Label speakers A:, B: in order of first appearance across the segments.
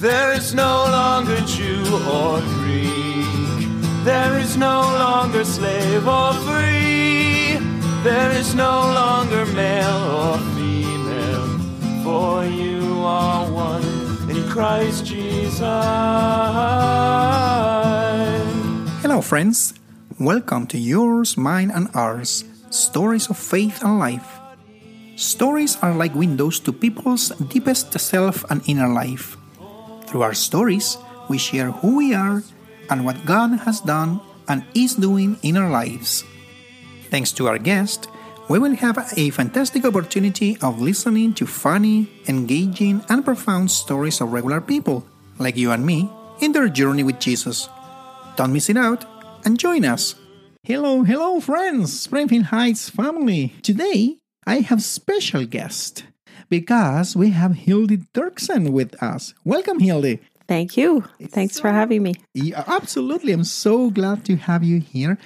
A: There is no longer Jew or Greek. There is no longer slave or free. There is no longer male or female. For you are one in Christ Jesus.
B: Hello, friends. Welcome to Yours, Mine, and Ours Stories of Faith and Life. Stories are like windows to people's deepest self and inner life. Through our stories, we share who we are and what God has done and is doing in our lives. Thanks to our guest, we will have a fantastic opportunity of listening to funny, engaging, and profound stories of regular people, like you and me, in their journey with Jesus. Don't miss it out and join us. Hello, hello, friends, Springfield Heights family. Today, I have special guest because we have Hildy Dirksen with us. Welcome, Hildy.
C: Thank you. Thanks for having me.
B: Yeah, E, absolutely. I'm so glad to have you here.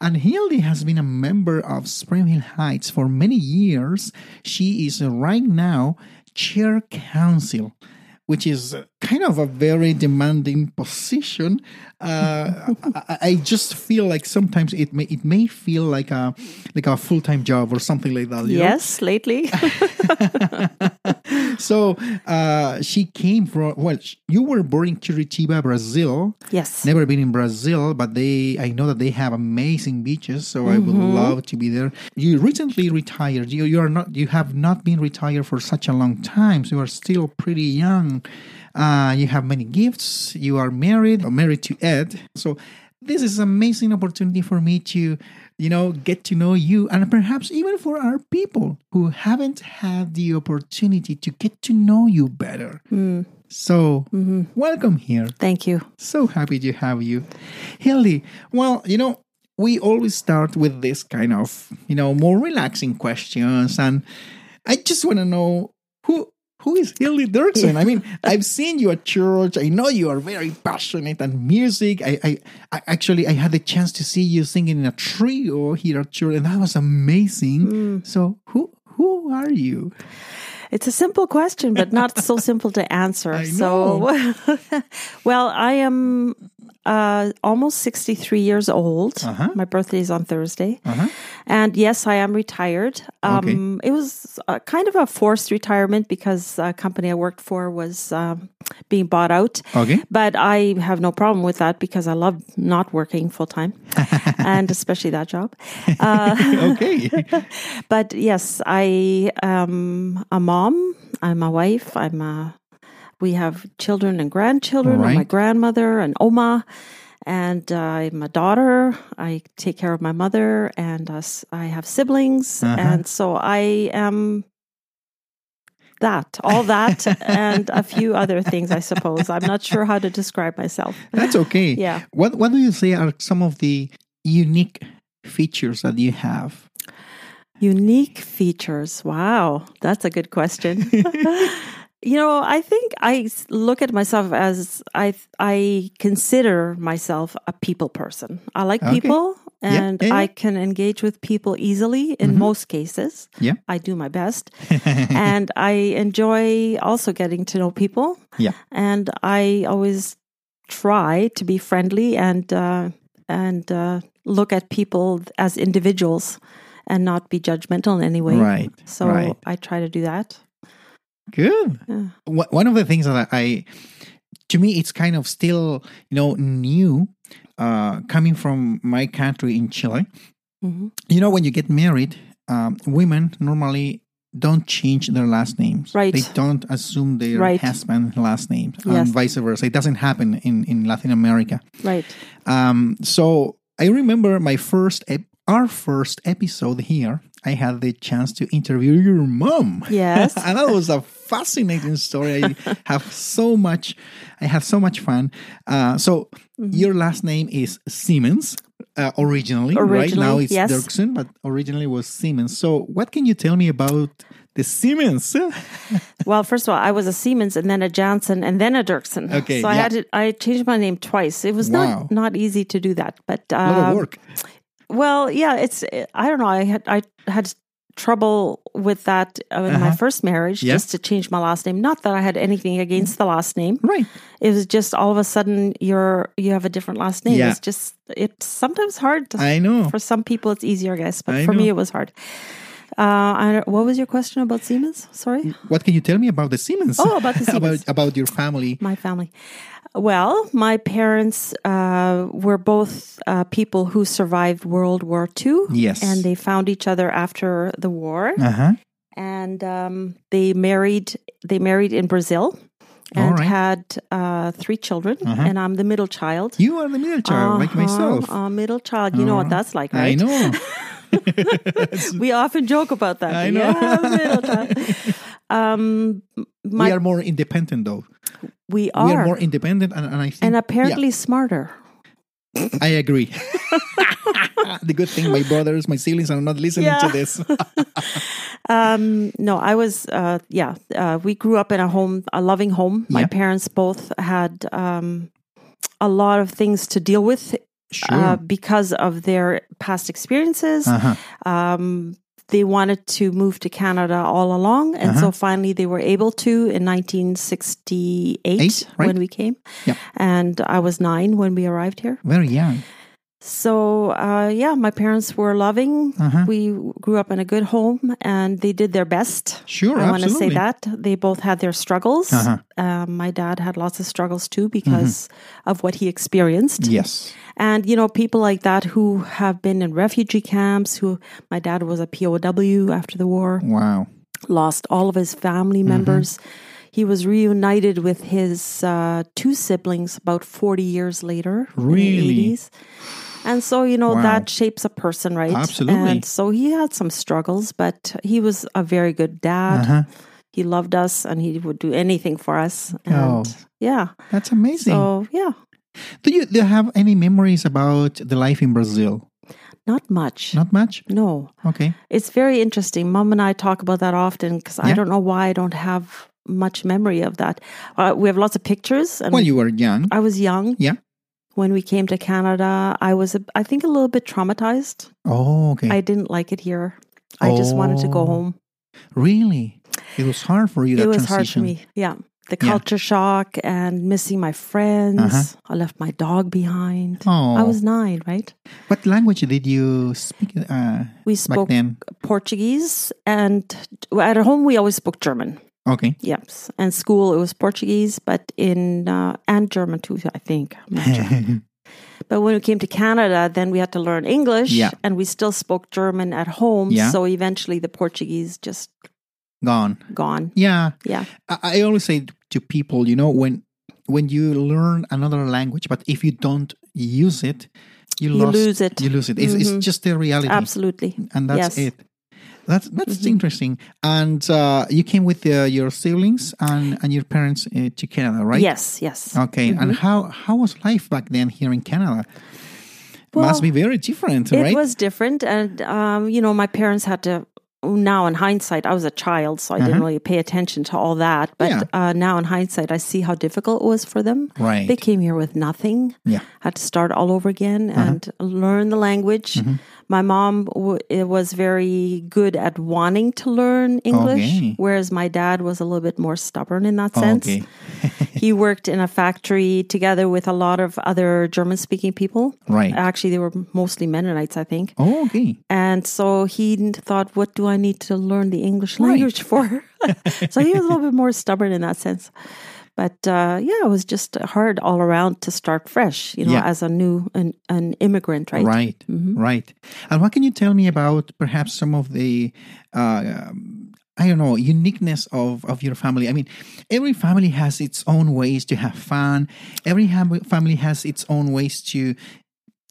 B: And Hildy has been a member of Spring Hill Heights for many years. She is uh, right now chair council, which is uh, kind of a very demanding position. Uh, I, I- I just feel like sometimes it may it may feel like a like a full time job or something like that. you know?
C: Yes, lately.
B: So uh, she came from well, sh- you were born in Curitiba, Brazil.
C: yes.
B: Never been in Brazil, but they I know that they have amazing beaches, so I would love to be there. You recently retired. You you are not you have not been retired for such a long time, so you are still pretty young. Uh, you have many gifts. You are married, married to Ed. So this is amazing opportunity for me to, you know, get to know you and perhaps even for our people who haven't had the opportunity to get to know you better. So, welcome here.
C: Thank you.
B: So happy to have you. Hildy, well, you know, we always start with this kind of, you know, more relaxing questions. And I just want to know who who is Hildy Dirksen? I mean, I've seen you at church. I know you are very passionate and music. I, I, I actually I had the chance to see you singing in a trio here at church, and that was amazing. So who who are you?
C: It's a simple question, but not so simple to answer. So, well, I am uh, almost 63 years old.
B: Uh-huh.
C: My birthday is on Thursday. And yes, I am retired. Um, It was uh, kind of a forced retirement because a company I worked for was um, being bought out.
B: Okay.
C: But I have no problem with that because I love not working full time and especially that job.
B: okay.
C: But yes, I am a mom. I'm a wife. I'm a. We have children and grandchildren.
B: All
C: I'm a
B: right.
C: grandmother and Oma, and uh, I'm a daughter. I take care of my mother, and us. I have siblings, and so I am that, all that, and a few other things. I suppose I'm not sure how to describe myself.
B: That's okay.
C: Yeah.
B: What What do you say are some of the unique features that you have?
C: Unique features. Wow, that's a good question. you know, I think I s- look at myself as I I consider myself a people person. I like
B: Okay.
C: people
B: Yeah,
C: and
B: yeah, yeah.
C: I can engage with people easily in most cases.
B: Yeah.
C: I do my best. and I enjoy also getting to know people.
B: Yeah.
C: And I always try to be friendly and uh, and uh, look at people as individuals and not be judgmental in any way.
B: Right.
C: So
B: right.
C: I try to do that.
B: Good.
C: Yeah.
B: Wha- One of the things that I, to me, it's kind of still, you know, new, uh, coming from my country in Chile.
C: Mhm.
B: You know, when you get married, um, women normally don't change their last names.
C: Right.
B: They don't assume their
C: Right.
B: husband's last name
C: Yes.
B: and vice versa. It doesn't happen in, in Latin America.
C: Right.
B: Um, so I remember my first, ep- our first episode here. I had the chance to interview your mom.
C: Yes.
B: and that was a fascinating story. I have so much, I had so much fun. Uh, so
C: Mm-hmm.
B: your last name is Siemens. Uh, originally, right
C: Originally,
B: now it's
C: yes.
B: Dirksen, but originally was Siemens. So, what can you tell me about the Siemens?
C: Well, first of all, I was a Siemens and then a Johnson and then a Dirksen.
B: Okay,
C: So I
B: yeah.
C: had to, I changed my name twice. It was
B: Wow.
C: not not easy to do that, but
B: A lot of
C: um,
B: work.
C: well, yeah, it's I don't know. I had I had trouble with that uh, in my first marriage,
B: Uh-huh. Yeah.
C: just to change my last name. Not that I had anything against the last name.
B: Right.
C: It was just all of a sudden you're you have a different last name.
B: Yeah.
C: It's just it's sometimes hard. To,
B: I know.
C: For some people it's easier, I guess, but
B: I
C: for me
B: know.
C: it was hard. Uh, I, don't- what was your question about Siemens? Sorry.
B: What can you tell me about the Siemens?
C: Oh, about the Siemens.
B: Mm. about, about your family.
C: My family. Well, my parents uh, were both uh, people who survived World War II.
B: Yes.
C: And they found each other after the war.
B: Uh huh.
C: And um, they married. They married in Brazil,
B: All
C: and
B: right. Uh-huh.
C: had uh, three children. And I'm the middle child.
B: You are the middle child, like
C: Uh-huh,
B: myself. Oh,
C: uh, middle child. You know what that's like, right?
B: I know.
C: We often joke about that.
B: I know.
C: Yeah, middle child. Um, my,
B: we are more independent, though.
C: we are,
B: We are more independent, and, and I think.
C: and apparently smarter.
B: Yeah, I agree. the good thing, my brothers, my siblings are not listening to
C: Yeah.
B: this.
C: Um, no, I was, uh, yeah, uh, we grew up in a home, a loving home. My
B: Yeah.
C: parents both had um, a lot of things to deal with
B: Sure.
C: uh, because of their past experiences.
B: Uh-huh.
C: Um, they wanted to move to Canada all along. And
B: Uh-huh.
C: so finally they were able to in 1968
B: Eight, right?
C: when we came.
B: Yeah.
C: And I was nine when we arrived here.
B: Very young.
C: So, uh, yeah, my parents were loving.
B: Uh-huh.
C: We grew up in a good home and they did their best.
B: Sure,
C: I want to say
B: absolutely.
C: that. They both had their struggles.
B: Uh-huh. Mm-hmm.
C: Um, my dad had lots of struggles too because of what he experienced.
B: Yes.
C: And, you know, people like that who have been in refugee camps, who my dad was a POW after the war,
B: Wow.
C: lost all of his
B: Mm-hmm.
C: family members. He was reunited with his uh, two siblings about 40 years later. in the
B: Really?
C: 80s. And so, you know,
B: Wow.
C: that shapes a person, right?
B: Absolutely.
C: And so he had some struggles, but he was a very good dad.
B: Uh-huh.
C: He loved us and he would do anything for us. And
B: Oh.
C: yeah.
B: That's amazing.
C: So, yeah,
B: do you do you have any memories about the life in Brazil?
C: not much.
B: Not much.
C: no.
B: Okay.
C: It's very interesting. Mom and I talk about that often because I
B: Yeah.
C: don't know why I don't have much memory of that. Uh, we have lots of pictures, and
B: When you were young.
C: Um, I was young
B: yeah.
C: when we came to Canada. I was, a, I think, a little bit traumatized.
B: Oh, okay.
C: I didn't like it here. I just wanted to
B: Oh,
C: go home.
B: really? It was hard for you. That
C: It was hard for
B: transition.
C: me. Yeah, the
B: Yeah.
C: culture shock and missing my friends.
B: Uh-huh.
C: I left my dog behind.
B: Oh.
C: I was nine, right?
B: What language did you speak uh,
C: We
B: back
C: spoke
B: then?
C: Portuguese, and at home we always spoke German.
B: Okay.
C: Yes, and school it was Portuguese, but in uh, and German too, I think. I'm not sure. but when we came to Canada, then we had to learn English,
B: Yeah.
C: and we still spoke German at home.
B: Yeah.
C: So eventually, the Portuguese just
B: Gone.
C: gone.
B: Yeah.
C: Yeah,
B: I, I always say to people, you know, when when you learn another language, but if you don't use it, you,
C: You
B: lost-
C: lose it.
B: You lose it. It's,
C: Mhm.
B: it's just the reality,
C: absolutely.
B: and that's
C: yes. Mm-hmm.
B: it. That's that's interesting. And uh, you came with uh, your siblings and and your parents uh, to Canada, right?
C: Yes, Mm-hmm. yes.
B: Okay. And how how was life back then here in Canada?
C: Well,
B: Must be very different,
C: It
B: right?
C: was different, and um, you know, my parents had to. Now, in hindsight, I was a child, so I didn't really pay attention to all that. But
B: Uh-huh. Yeah.
C: uh, now, in hindsight, I see how difficult it was for them.
B: Right.
C: they came here with nothing.
B: Yeah.
C: had to start all over again
B: Uh-huh.
C: and learn the language.
B: Mm-hmm.
C: My mom w- it was very good at wanting to learn English,
B: Okay.
C: whereas my dad was a little bit more stubborn in that sense.
B: Okay.
C: he worked in a factory together with a lot of other German speaking people.
B: Right.
C: Actually, they were mostly Mennonites, I think.
B: Oh, okay.
C: And so he n- thought, what do I need to learn the English language for? so he was a little bit more stubborn in that sense. But uh, yeah, it was just hard all around to start fresh, you know,
B: Yeah.
C: as a new an, an immigrant, right?
B: Right, right. And what can you tell me about perhaps some of the, uh, um, I don't know, uniqueness of, of your family? I mean, every family has its own ways to have fun. Every ham- family has its own ways to,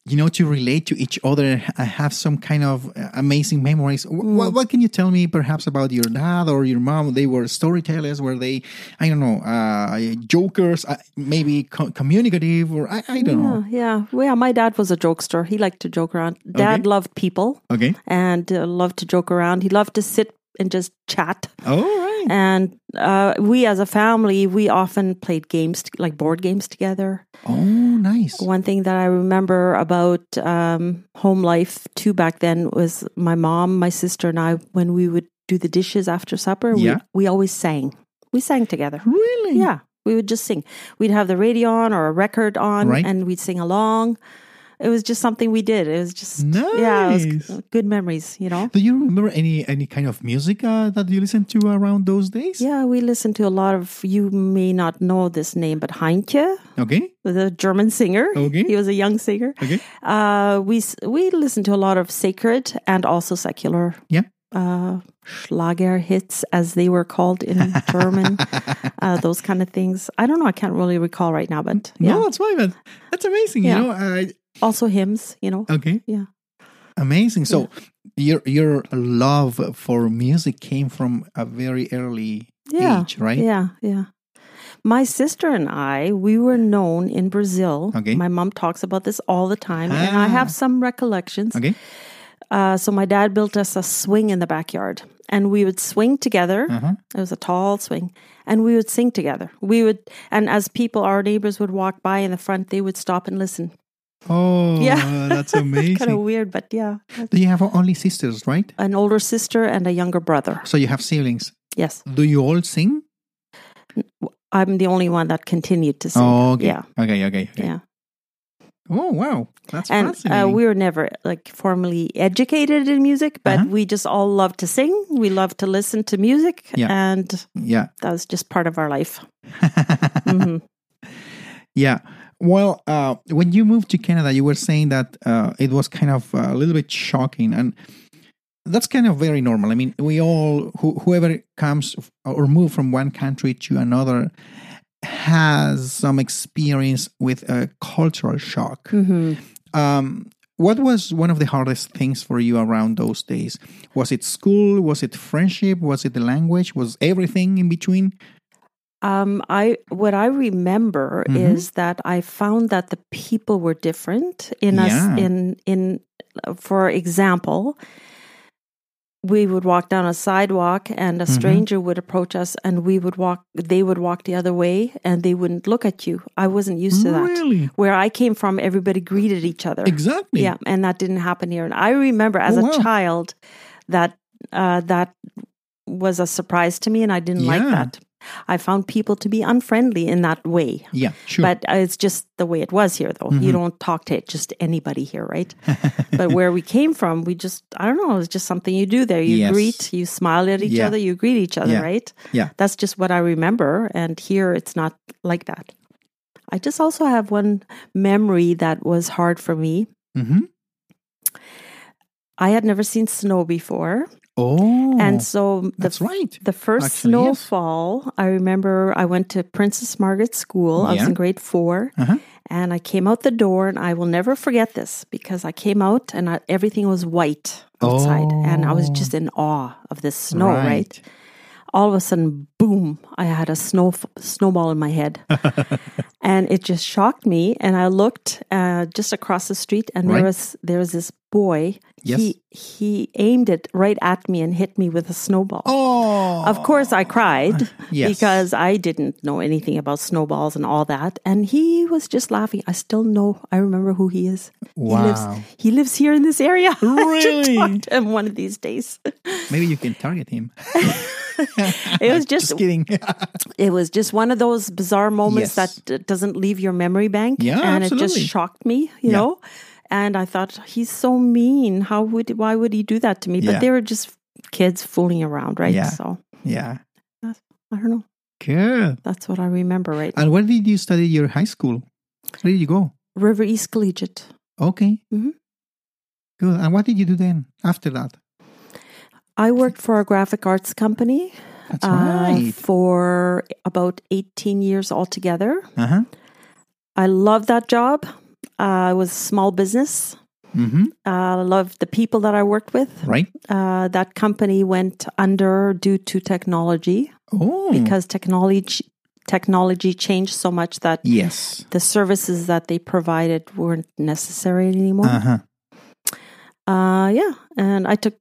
B: you know, to relate to each other, uh, have some kind of uh, amazing memories. Wh- wh- what can you tell me perhaps about your dad or your mom? They were storytellers. Were they, I don't know, uh, jokers, uh, maybe co- communicative, or I, I don't
C: Yeah,
B: know.
C: yeah. Well, yeah, my dad was a jokester. He liked to joke around. Dad
B: Okay.
C: loved people
B: Okay.
C: and uh, loved to joke around. He loved to sit and just chat.
B: All right.
C: And uh, we as a family, we often played games, t- like board games together.
B: Oh, nice.
C: One thing that I remember about um, home life too back then was my mom, my sister, and I, when we would do the dishes after supper,
B: Yeah.
C: we, we always sang. We sang together.
B: Really?
C: Yeah, we would just sing. We'd have the radio on or a record on,
B: Right.
C: and we'd sing along. It was just something we did. It was just yeah, it was
B: Nice.
C: g- good memories, you know.
B: Do you remember any any kind of music uh, that you listened to around those days?
C: Yeah, we listened to a lot of. You may not know this name, but Heinke,
B: Okay.
C: the German singer.
B: Okay.
C: He was a young singer.
B: Okay.
C: Uh, we s- we listened to a lot of sacred and also secular
B: Yeah.
C: uh, Schlager hits, as they were called in German. uh, those kind of things. I don't know. I can't really recall right now, but yeah.
B: No, that's fine. But that's amazing.
C: Yeah.
B: You know. Uh,
C: Also hymns. You know.
B: okay.
C: Yeah.
B: Amazing. So your your love for music came from a very early
C: Yeah.
B: age, right?
C: Yeah, yeah. My sister and I, we were known in Brazil.
B: Okay.
C: My mom talks about this all the time, and I
B: Ah.
C: have some recollections.
B: Okay.
C: Uh, so my dad built us a swing in the backyard, and we would swing together.
B: Uh-huh.
C: It was a tall swing, and we would sing together. We would, and as people, our neighbors would walk by in the front, they would stop and listen.
B: Oh,
C: Yeah.
B: that's amazing.
C: Kind of weird, but yeah.
B: Do you have only sisters, right?
C: An older sister and a younger brother.
B: So you have siblings.
C: Yes,
B: Do you all sing?
C: I'm the only one that continued to sing.
B: Oh, okay.
C: Yeah,
B: Okay, okay, okay.
C: yeah.
B: Oh, wow. That's
C: and uh,
B: fascinating.
C: we were never like formally educated in music, but
B: Uh-huh.
C: we just all love to sing. We love to listen to music,
B: Yeah.
C: and
B: yeah.
C: that was just part of our life. hmm
B: Yeah. Well, uh, when you moved to Canada, you were saying that uh, it was kind of uh, a little bit shocking, and that's kind of very normal. I mean, we all, who, whoever comes f- or move from one country to another, has some experience with a cultural shock.
C: Mm-hmm.
B: Um, what was one of the hardest things for you around those days? Was it school? Was it friendship? Was it the language? Was everything in between?
C: Um, I what I remember
B: Mhm.
C: is that I found that the people were different in
B: Yeah.
C: us. In in, uh, for example, we would walk down a sidewalk, and a
B: Mm-hmm.
C: stranger would approach us, and we would walk. They would walk the other way, and they wouldn't look at you. I wasn't used to that.
B: Really?
C: Where I came from, everybody greeted each other.
B: Exactly.
C: Yeah, and that didn't happen here. And I remember as
B: Oh,
C: a
B: wow.
C: child that uh, that was a surprise to me, and I didn't like
B: Yeah.
C: that. I found people to be unfriendly in that way.
B: Yeah, sure. Mm-hmm.
C: But uh, it's just the way it was here, though. You don't talk to just anybody here, right? but where we came from, we just, I don't know, it was just something you do there. You
B: Yes.
C: greet, you smile at each
B: Yeah.
C: other, you greet each other,
B: Yeah.
C: right?
B: Yeah.
C: That's just what I remember. And here it's not like that. I just also have one memory that was hard for me.
B: mm-hmm.
C: I had never seen snow before.
B: Oh,
C: and so the
B: that's right.
C: The first
B: Actually, yes.
C: snowfall, I remember I went to Princess Margaret School. I was
B: Yeah.
C: in grade 4
B: Uh-huh.
C: And I came out the door, and I will never forget this because I came out and I, everything was white outside. And I was
B: Oh.
C: just in awe of this snow, right? All of a sudden, boom, I had a snow snowball in my head. and it just shocked me. And I looked uh, just across the street, and
B: Right.
C: there, was, there was this boy.
B: Yes.
C: He, he aimed it right at me and hit me with a snowball.
B: Oh,
C: Of course, I cried
B: Yes.
C: because I didn't know anything about snowballs and all that. And he was just laughing. I still know. I remember who he is. He
B: Wow.
C: lives, he lives here in this area. I should
B: Really?
C: talk to him one of these days.
B: maybe you can target him.
C: It was just,
B: Just kidding.
C: it was just one of those bizarre moments
B: Yes.
C: that d- doesn't leave your memory bank.
B: Yeah,
C: and it just
B: absolutely.
C: shocked me. You
B: Yeah.
C: know, and I thought he's so mean. How would why would he do that to me?
B: Yeah.
C: But they were just kids fooling around, right?
B: Yeah.
C: So
B: yeah,
C: I don't know.
B: good.
C: That's what I remember, right?
B: And where did you study your high school? Where did you go?
C: River East Collegiate.
B: Okay,
C: Mhm.
B: good. And what did you do then after that?
C: I worked for a graphic arts company
B: That's
C: uh,
B: right.
C: for about 18 years altogether.
B: Uh huh.
C: I loved that job. Uh, it was small business.
B: Mm-hmm.
C: Uh, I loved the people that I worked with.
B: Right.
C: Uh, that company went under due to technology
B: Oh,
C: because technology technology changed so much that
B: yes.
C: the services that they provided weren't
B: Uh-huh.
C: necessary anymore.
B: Uh huh.
C: Uh, yeah, and I took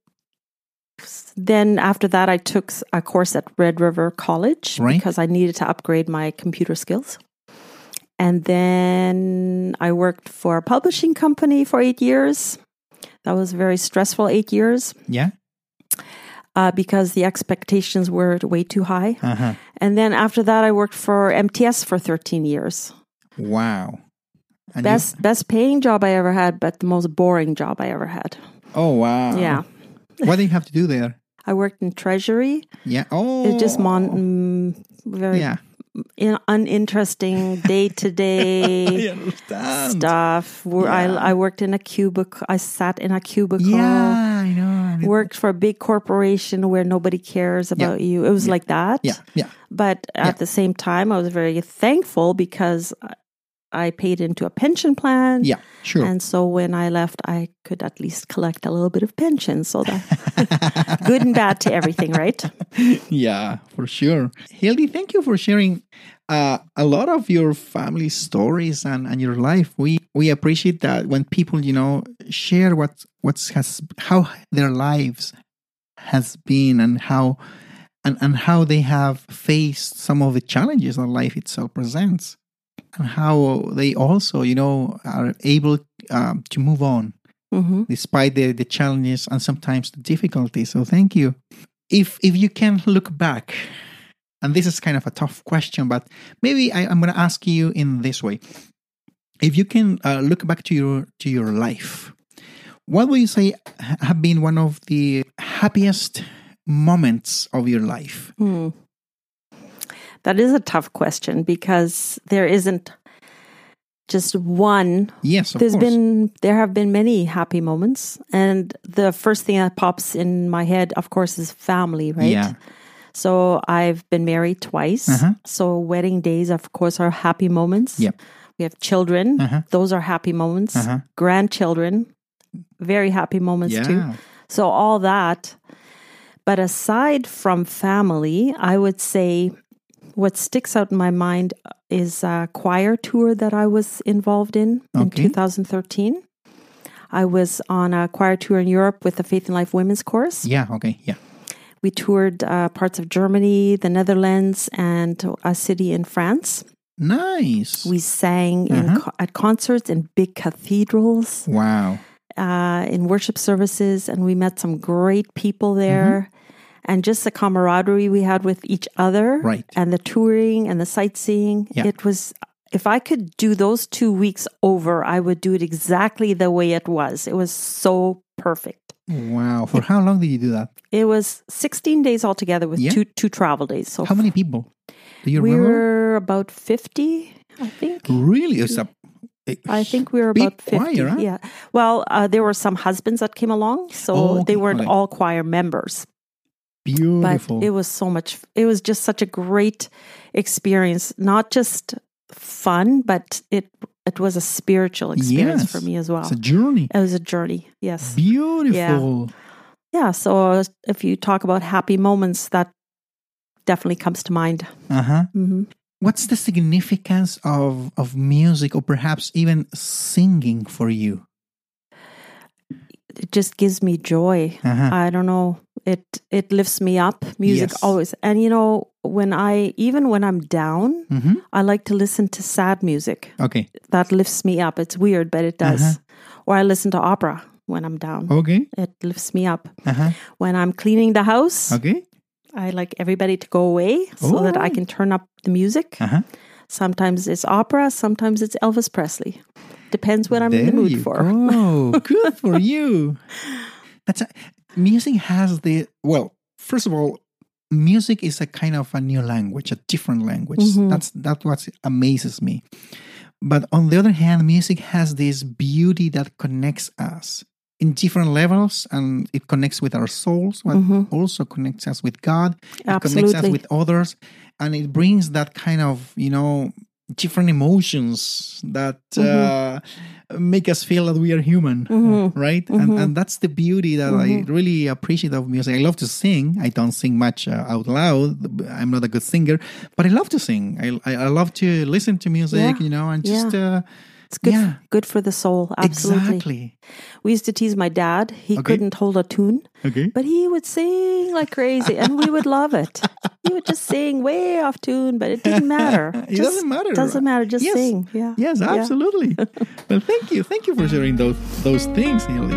C: then after that, I took a course at Red River College
B: Right.
C: because I needed to upgrade my computer skills. And then I worked for a publishing company for eight years. That was very stressful eight years
B: Yeah.
C: uh, because the expectations were way too high.
B: Uh huh.
C: And then after that, I worked for MTS for 13 years.
B: Wow. And you-
C: Best best paying job I ever had, but the most boring job I ever had.
B: oh wow.
C: Yeah,
B: What do you have to do there?
C: I worked in treasury.
B: Yeah. Oh.
C: It's just mon- mm, very
B: Yeah.
C: in- uninteresting day to
B: I
C: day
B: understand.
C: stuff. Where
B: Yeah.
C: I I worked in a cubicle. I sat in a cubicle.
B: Yeah, I know. and it-
C: Worked for a big corporation where nobody cares about you. It was like that.
B: Yeah. Yeah.
C: But at
B: Yeah.
C: the same time, I was very thankful because I- I paid into a pension plan.
B: Yeah. Sure.
C: And so when I left, I could at least collect a little bit of pension. So that good and bad to everything, right?
B: yeah, for sure. Hildy, thank you for sharing uh, a lot of your family stories and, and your life. We we appreciate that when people, you know, share what what's has how their lives has been and how and, and how they have faced some of the challenges that life itself presents and how they also, you know, are able um, to move on
C: hmm
B: despite the, the challenges and sometimes the difficulties. So thank you. If if you can look back, and this is kind of a tough question, but maybe I, I'm going to ask you in this way: If you can uh, look back to your to your life, what would you say ha- have been one of the happiest moments of your life?
C: That is a tough question because there isn't just one.
B: Yes, of
C: There's
B: course.
C: been there have been many happy moments, and the first thing that pops in my head, of course, is family, right?
B: Yeah.
C: So I've been married twice.
B: Uh-huh.
C: So wedding days, of course, are happy moments.
B: Yep.
C: We have children;
B: Uh-huh.
C: those are happy moments.
B: Uh-huh.
C: Grandchildren, very happy moments too.
B: Yeah.
C: So all that. But aside from family, I would say what sticks out in my mind is a choir tour that I was involved in in
B: Okay.
C: 2013. I was on a choir tour in Europe with the Faith and Life Women's Chorus.
B: Yeah. Okay. Yeah.
C: We toured uh, parts of Germany, the Netherlands, and a city in France.
B: Nice.
C: We sang
B: Mm-hmm.
C: in co- at concerts in big cathedrals
B: wow.
C: uh, in worship services, and we met some great people there.
B: Mm-hmm.
C: And just the camaraderie we had with each other,
B: Right.
C: And the touring and the sightseeing.
B: Yeah.
C: It was, if I could do those two weeks over, I would do it exactly the way it was. It was so perfect.
B: Wow. For how long did you do that?
C: It was 16 days altogether with
B: Yeah.
C: two two travel days. So
B: How many people? Do you
C: we
B: remember?
C: were about 50, I think.
B: Really? It's a, a
C: I think we were
B: big
C: about 50.
B: choir, huh?
C: Yeah. Well, uh, there were some husbands that came along, so
B: Oh, okay,
C: they weren't
B: okay.
C: all choir members.
B: beautiful.
C: But it was so much, it was just such a great experience, not just fun, but it it was a spiritual experience
B: Yes.
C: for me as well.
B: It's a journey.
C: it was a journey. Yes.
B: Beautiful. Mm-hmm.
C: Yeah. So uh, if you talk about happy moments, that definitely comes to mind.
B: Uh huh.
C: hmm
B: What's the significance of of music, or perhaps even singing for you?
C: It just gives me joy.
B: Uh huh.
C: I don't know. It it lifts me up. Music
B: Yes.
C: always. And you know, when I even when I'm down,
B: hmm
C: I like to listen to sad music.
B: Okay.
C: That lifts me up. It's weird, but it
B: Uh-huh.
C: does. Or I listen to opera when I'm down.
B: Okay.
C: It lifts me up.
B: Uh huh.
C: When I'm cleaning the house,
B: Okay.
C: I like everybody to go away so that I
B: Oh.
C: can turn up the music.
B: Uh huh.
C: Sometimes it's opera, sometimes it's Elvis Presley. Depends what I'm in the mood for.
B: Oh, good for you. That's a, music has the well. First of all, music is a kind of a new language, a different language.
C: Mhm.
B: That's that's what amazes me. But on the other hand, music has this beauty that connects us in different levels, and it connects with our souls, but also connects us with God. It connects us
C: Absolutely.
B: with others, and it brings that kind of you know different emotions that uh, make us feel that we are human, right? And, and that's the beauty that I really appreciate of music. I love to sing. I don't sing much uh, out loud. I'm not a good singer, but I love to sing. I, I, I love to listen to music,
C: Yeah.
B: you know, and just uh,
C: It's good,
B: Yeah.
C: good for the soul. Absolutely.
B: Exactly.
C: We used to tease my dad. He couldn't hold a tune,
B: Okay.
C: but he would sing like crazy, and we would love it. He would just sing way off tune, but it didn't matter.
B: It
C: Just-
B: doesn't matter.
C: Doesn't matter. Just
B: Yes.
C: sing. Yeah.
B: Yes,
C: Yeah.
B: absolutely. well, thank you. Thank you for sharing those those things, Neely.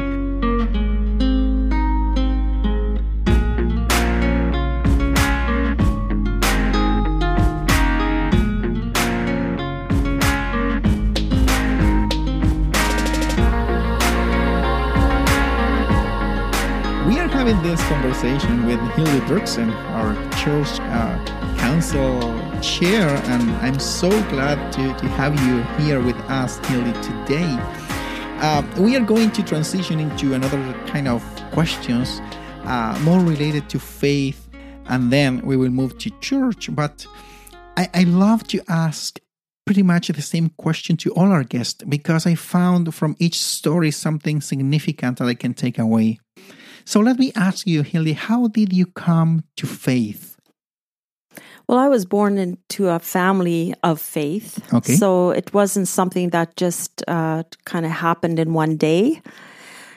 B: We are having this conversation with Hilde Dirksen, our church uh, council chair, and I'm so glad to, to have you here with us, Hilde, today. Uh, we are going to transition into another kind of questions uh, more related to faith, and then we will move to church. But I, I love to ask pretty much the same question to all our guests because I found from each story something significant that I can take away. So let me ask you, Hildy, how did you come to faith?
C: Well, I was born into a family of faith.
B: Okay.
C: So it wasn't something that just uh, kind of happened in one day.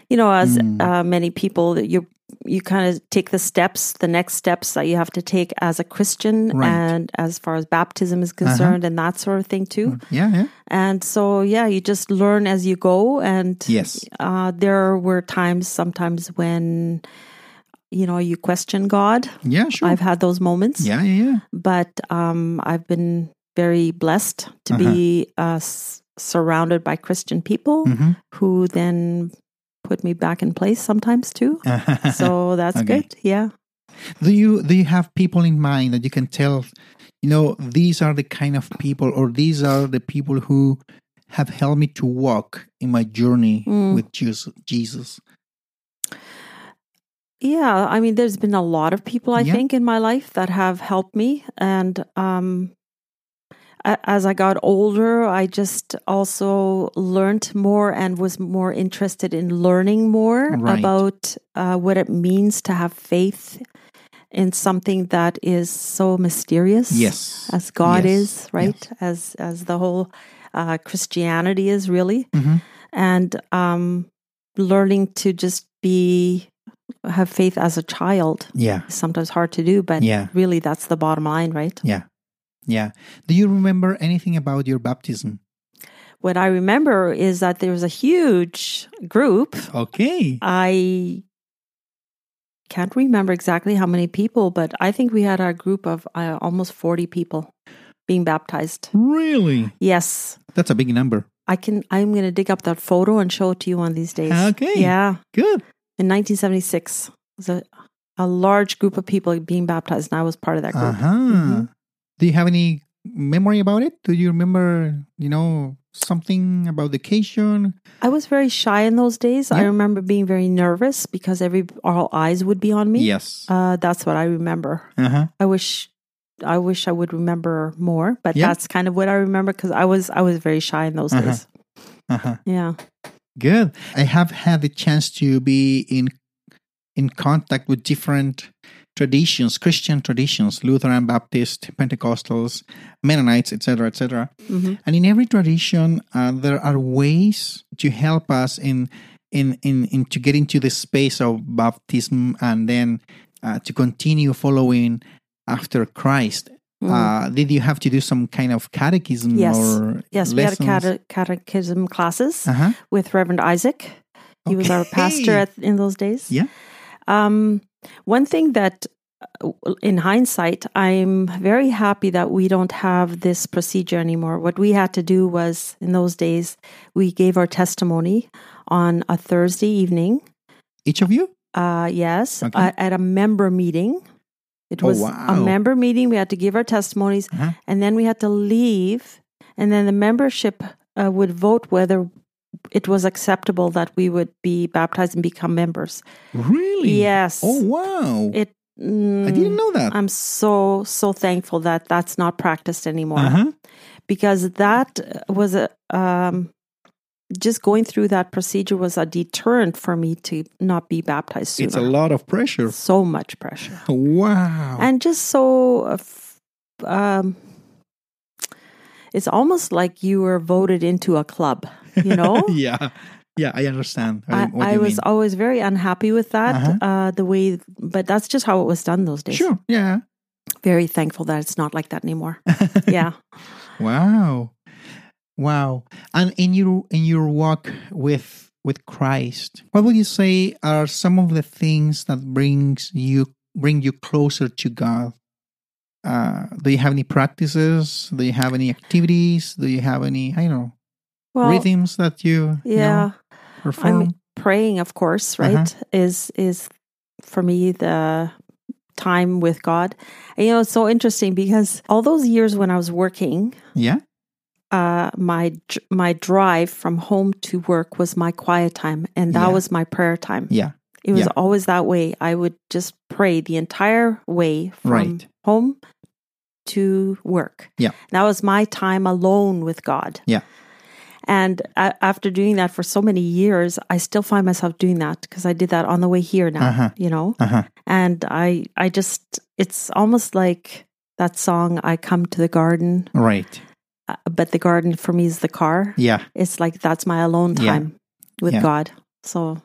C: You know, as
B: Hmm.
C: uh, many people, that you you kind of take the steps, the next steps that you have to take as a Christian,
B: Right. Uh-huh.
C: and as far as baptism is concerned, and that sort of thing too.
B: Yeah, yeah.
C: And so, yeah, you just learn as you go. And
B: Yes.
C: uh, there were times, sometimes when you know you question God.
B: Yeah, sure.
C: I've had those moments
B: Oh. yeah, yeah, yeah.
C: but um, I've been very blessed to be uh,
B: Uh-huh.
C: s- surrounded by Christian people
B: Hmm.
C: who then put me back in place sometimes too. so that's
B: Okay.
C: good. Yeah.
B: Mm-hmm. Do you do you have people in mind that you can tell, you know, these are the kind of people or these are the people who have helped me to walk in my journey
C: Mm.
B: with Jesus Jesus.
C: Yeah. I mean, there's been a lot of people, I
B: Yeah.
C: think, in my life that have helped me. And um, a- as I got older, I just also learned more and was more interested in learning more
B: Right.
C: about uh, what it means to have faith in something that is so mysterious.
B: Yes.
C: As God
B: Yes.
C: is, right? As as the whole uh, Christianity is really,
B: Mhm.
C: and um, learning to just be have faith as a child
B: Yeah.
C: is sometimes hard to do, but
B: Yeah.
C: really that's the bottom line, right?
B: Yeah. Yeah. Do you remember anything about your baptism?
C: What I remember is that there was a huge group.
B: Okay.
C: Uh, I can't remember exactly how many people, but I think we had a group of uh, almost 40 people being baptized.
B: Really?
C: Yes.
B: That's a big number.
C: I can I'm going to dig up that photo and show it to you one of these days.
B: Okay.
C: Yeah.
B: Good.
C: In 1976, it was a, a large group of people being baptized and I was part of that group.
B: Uh huh.
C: Mm-hmm.
B: Do you have any memory about it? Do you remember, you know, something about the occasion?
C: I was very shy in those days. I
B: Yeah.
C: remember being very nervous because every all eyes would be on me.
B: Yes.
C: Uh, that's what I remember.
B: Uh huh.
C: I wish I wish I would remember more, but
B: Yeah.
C: that's kind of what I remember because I was I was very shy in those
B: Uh-huh.
C: days.
B: Uh huh.
C: Yeah.
B: Good. I have had the chance to be in in contact with different traditions, Christian traditions, Lutheran, Baptist, Pentecostals, Mennonites, etc., etc.
C: Mm-hmm.
B: And in every tradition, uh, there are ways to help us in in in, in to get into the space of baptism and then uh, to continue following after Christ. Uh, did you have to do some kind of catechism
C: Mm-hmm. Yes.
B: or
C: Yes,
B: lessons?
C: we had a cate- catechism classes
B: Uh-huh.
C: with Reverend Isaac. He was our pastor
B: Okay.
C: at, in those days.
B: Yeah.
C: Um, one thing that, uh, in hindsight, I'm very happy that we don't have this procedure anymore. What we had to do was, in those days, we gave our testimony on a Thursday evening.
B: Each of you?
C: Uh, yes,
B: Okay.
C: uh, at a member meeting. It
B: Oh,
C: was
B: wow.
C: a member meeting. We had to give our testimonies,
B: Uh-huh.
C: and then we had to leave, and then the membership uh, would vote whether it was acceptable that we would be baptized and become members.
B: Really?
C: Yes.
B: Oh wow!
C: It. mm,
B: I didn't know that.
C: I'm so so thankful that that's not practiced anymore
B: uh-huh.
C: because that was a um, just going through that procedure was a deterrent for me to not be baptized. Sooner.
B: It's a lot of pressure.
C: so much pressure
B: Wow.
C: and just so uh, f- um, it's almost like you were voted into a club, you know?
B: yeah. Yeah, I understand.
C: I,
B: what
C: I
B: you
C: was
B: mean. Uh-huh.
C: always very unhappy with that, uh the way, but that's just how it was done those days.
B: Sure. Yeah.
C: Very thankful that it's not like that anymore. yeah.
B: Wow. Wow. And in your in your walk with with Christ, what would you say are some of the things that brings you bring you closer to God? Uh, do you have any practices? Do you have any activities? Do you have any I don't know
C: Well,
B: rhythms that you you know,
C: yeah.
B: perform?
C: I mean, praying, of course,
B: Uh-huh.
C: right? Is is for me the time with God. And, you know, it's so interesting because all those years when I was working,
B: yeah.
C: uh, my dr- my drive from home to work was my quiet time, and that
B: Yeah.
C: was my prayer time.
B: Yeah.
C: It was
B: yeah.
C: always that way. I would just pray the entire way from
B: Right.
C: home to work.
B: Yeah.
C: that was my time alone with God.
B: Yeah.
C: And a after doing that for so many years, I still find myself doing that because I did that on the way here now,
B: Uh-huh.
C: you know?
B: Uh-huh.
C: And I, I just, it's almost like that song, I Come to the Garden,
B: Right.
C: uh, but the garden for me is the car.
B: Yeah.
C: It's like that's my alone
B: Yeah.
C: time with
B: Yeah.
C: God. So,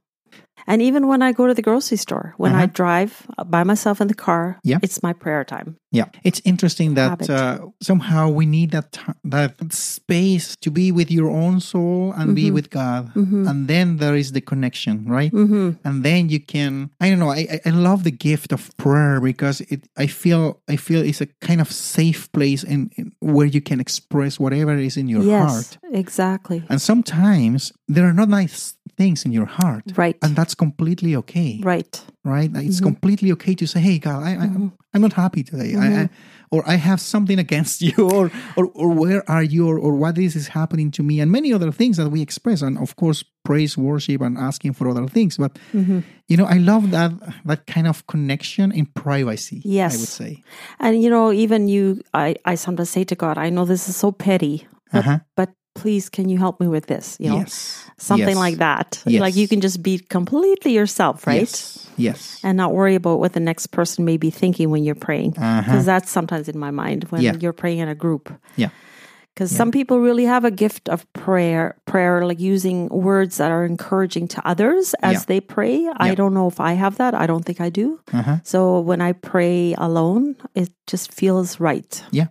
C: and even when I go to the grocery store, when I
B: Uh-huh.
C: drive uh, by myself in the car,
B: Yeah.
C: it's my prayer time.
B: Yeah, it's interesting that
C: Habit.
B: uh, somehow we need that ti- that space to be with your own soul and be
C: Mm-hmm.
B: with God, and then there is the connection, right?
C: hmm
B: And then you can I don't know I I- I love the gift of prayer because it I feel I feel it's a kind of safe place in, in where you can express whatever is in your
C: Yes,
B: heart,
C: exactly.
B: and sometimes there are not nice things in your heart,
C: Right.
B: And that's completely okay,
C: Right.
B: right? Like,
C: Mm-hmm.
B: It's completely okay to say, "Hey, God, I, I, I'm not happy today," I, I,
C: Mm-hmm.
B: or "I have something against you," or, or "or where are you?" or, or "What is is happening to me?" and many other things that we express, and of course, praise, worship, and asking for other things. But
C: Mm-hmm.
B: you know, I love that that kind of connection in privacy.
C: Yes.
B: I would say,
C: And you know, even you, I, I sometimes say to God, I know this is so petty, but,
B: Uh-huh.
C: but please, can you help me with this? You know,
B: yes,
C: something
B: Yes.
C: like that.
B: Yes.
C: Like you can just be completely yourself, right?
B: Yes, yes.
C: And not worry about what the next person may be thinking when you're praying, because
B: Uh-huh.
C: that's sometimes in my mind when
B: Yeah.
C: you're praying in a group.
B: yeah,
C: Because some people really have a gift of prayer, prayer like using words that are encouraging to others as
B: Yeah.
C: they pray.
B: Yeah.
C: I don't know if I have that. I don't think I do.
B: Uh-huh.
C: So when I pray alone, it just feels right.
B: yeah.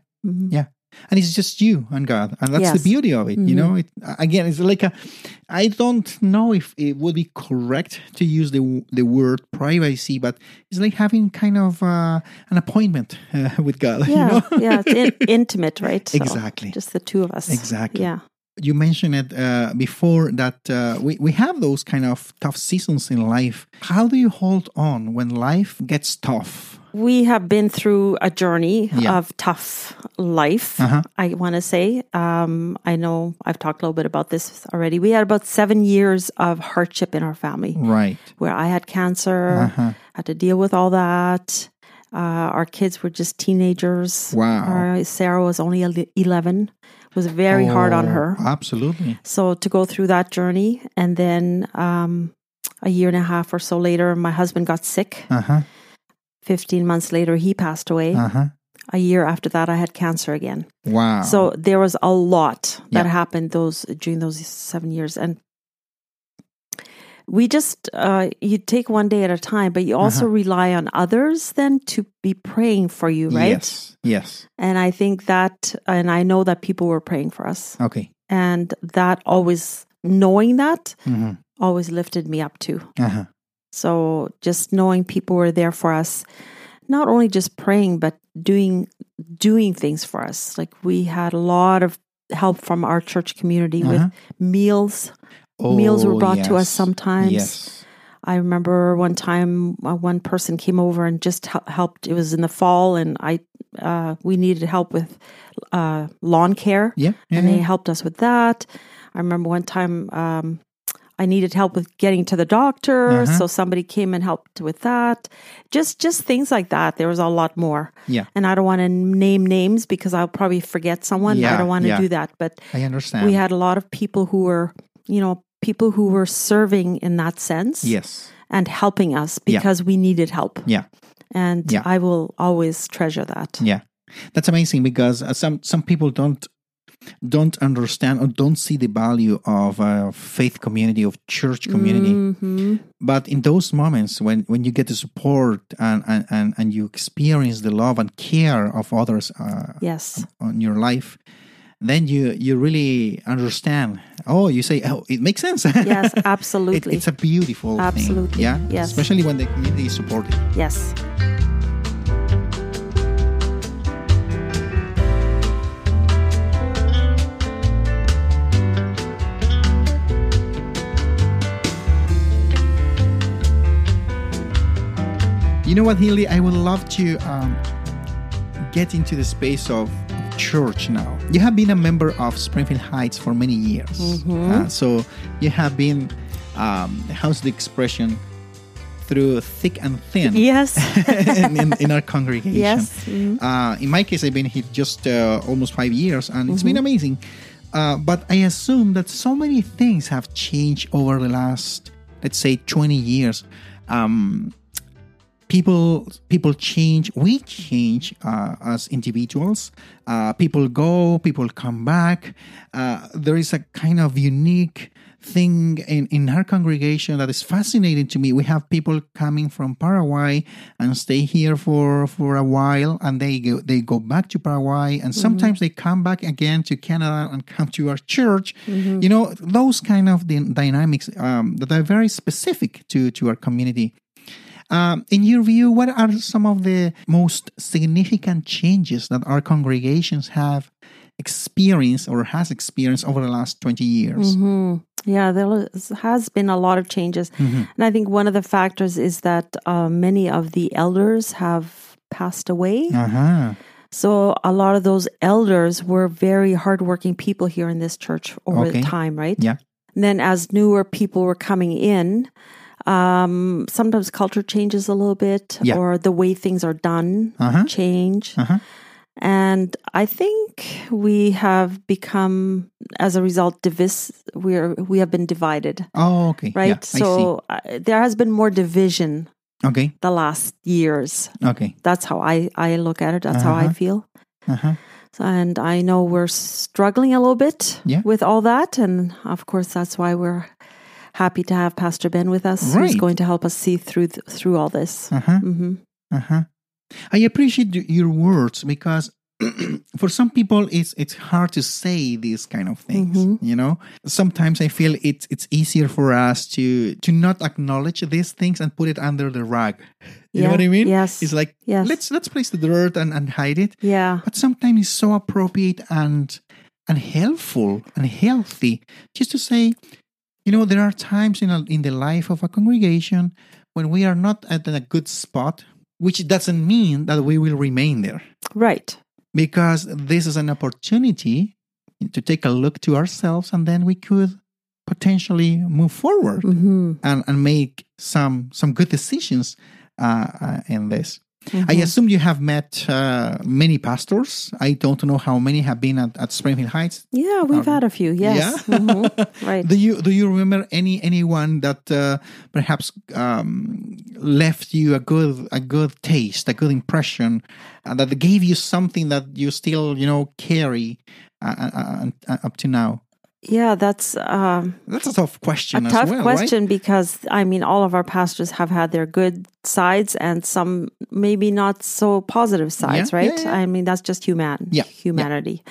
B: Yeah. And it's just you and God. And that's
C: Mm-hmm. Yes. Mm-hmm.
B: the beauty of it. You know, it, again, it's like a, I don't know if it would be correct to use the the word privacy, but it's like having kind of uh, an appointment uh, with God. You
C: Yeah,
B: know?
C: yeah, it's in, intimate, right? So
B: Exactly.
C: Just the two of us.
B: Exactly.
C: Yeah.
B: you mentioned it uh, before that uh, we, we have those kind of tough seasons in life. How do you hold on when life gets tough?
C: We have been through a journey
B: Yeah. Uh-huh.
C: of tough life, I want to say. Um, I know I've talked a little bit about this already. We had about seven years of hardship in our family.
B: Right.
C: where I had cancer,
B: Uh-huh.
C: had to deal with all that. Uh, our kids were just teenagers.
B: Wow.
C: Our- Sarah was only ele- 11. It was very hard on
B: Oh,
C: her.
B: Absolutely.
C: So to go through that journey, and then um, a year and a half or so later, my husband got sick.
B: Uh huh.
C: 15 months later, he passed away.
B: Uh huh.
C: A year after that, I had cancer again.
B: Wow.
C: So there was a lot that
B: Oh. Yeah.
C: happened those during those seven years, and we just uh, you take one day at a time, but you also
B: Uh-huh.
C: rely on others then to be praying for you, right?
B: Yes. Yes.
C: And I think that, and I know that people were praying for us,
B: Okay.
C: and that always knowing that
B: hmm
C: always lifted me up too.
B: Uh huh.
C: So just knowing people were there for us, not only just praying but doing doing things for us. Like we had a lot of help from our church community
B: Uh-huh.
C: with meals. Meals were
B: Oh,
C: brought to us
B: yes.
C: sometimes.
B: Yes.
C: I remember one time uh, one person came over and just hel- helped. It was in the fall, and I uh, we needed help with uh, lawn care,
B: Yeah. yeah,
C: and they
B: yeah.
C: helped us with that. I remember one time um, I needed help with getting to the doctor,
B: Mm-hmm.
C: so somebody came and helped with that. Just just things like that. There was a lot more.
B: Yeah.
C: And I don't want to name names because I'll probably forget someone.
B: Yeah,
C: I don't want to
B: yeah.
C: do that, but
B: I understand.
C: we had a lot of people who were, you know, people who were serving in that sense
B: Yes.
C: and helping us
B: Yeah.
C: because we needed help.
B: Yeah.
C: And
B: Yeah.
C: I will always treasure that.
B: Yeah. That's amazing because uh, some some people don't don't understand or don't see the value of a faith community of church community
C: Mm-hmm.
B: but in those moments when when you get the support and and and, and you experience the love and care of others uh,
C: Yes.
B: on your life then you you really understand oh you say oh it makes sense
C: Yes,
B: It-
C: absolutely.
B: it's a beautiful thing,
C: Absolutely,
B: yeah
C: yes.
B: especially when the community is supportive
C: yes.
B: You know what, Hilly? I would love to um, get into the space of church now. You have been a member of Springfield Heights for many years.
C: Mm-hmm.
B: Uh, so you have been, um, how's the expression, through thick and thin
C: Yes.
B: in, in, in our congregation.
C: Yes.
B: Uh, in my case, I've been here just uh, almost five years, and it's been amazing. Uh, but I assume that so many things have changed over the last, let's say, twenty years. Um, people people change. We change uh, as individuals. Uh, people go. People come back. Uh, there is a kind of unique thing in, in our congregation that is fascinating to me. We have people coming from Paraguay and stay here for, for a while and they go, they go back to Paraguay and sometimes they come back again to Canada and come to our church. You know, those kind of dyn- dynamics um, that are very specific to, to our community. Um, in your view, what are some of the most significant changes that our congregations have experienced or has experienced over the last 20 years?
C: Mm-hmm. Yeah, there was- has been a lot of changes.
B: Mm-hmm.
C: And I think one of the factors is that uh, many of the elders have passed away.
B: Uh-huh.
C: So a lot of those elders were very hardworking people here in this church over
B: Okay.
C: the time, right?
B: Yeah.
C: And then as newer people were coming in, um, sometimes culture changes a little bit
B: Yeah.
C: or the way things are done
B: Uh-huh.
C: change.
B: Uh-huh.
C: And I think we have become, as a result, divis- we're, we have been divided,
B: Oh, okay.
C: right?
B: Yeah,
C: so uh, there has been more division
B: I see. Okay.
C: the last years.
B: Okay.
C: That's how I, I look at it. That's how I
B: Uh-huh.
C: feel.
B: Uh-huh.
C: And I know we're struggling a little bit
B: Yeah.
C: with all that. And of course, that's why we're happy to have Pastor Ben with us, who's
B: Right.
C: going to help us see through th- through all this.
B: Uh-huh.
C: hmm
B: Uh-huh. I appreciate y- your words because for some people it's it's hard to say these kind of things,
C: Mm-hmm.
B: you know? Sometimes I feel it's it's easier for us to to not acknowledge these things and put it under the rug. You know
C: Yeah.
B: what I mean?
C: Yes.
B: It's like
C: Yes.
B: let's let's place the dirt and, and hide it.
C: Yeah.
B: But sometimes it's so appropriate and and helpful and healthy just to say, you know, there are times in a, in the life of a congregation when we are not at a good spot, which doesn't mean that we will remain there
C: Right.
B: because this is an opportunity to take a look to ourselves and then we could potentially move forward
C: hmm
B: and, and make some some good decisions uh, uh, in this. I
C: Mm-hmm.
B: assume you have met uh, many pastors. I don't know how many have been at, at Springfield Heights.
C: Yeah, we've had a few. Yes.
B: Um, Yeah.
C: Mhm. Right.
B: Do you do you remember any anyone that uh, perhaps um, left you a good a good taste, a good impression, uh, that gave you something that you still you know carry uh, uh, uh, up to now?
C: yeah, that's um,
B: That's a tough question.
C: a
B: as
C: tough
B: well, right?
C: question because I mean, all of our pastors have had their good sides and some maybe not so positive sides,
B: Yeah, yeah,
C: right?
B: yeah.
C: I mean, that's just human
B: Yeah, yeah.
C: humanity.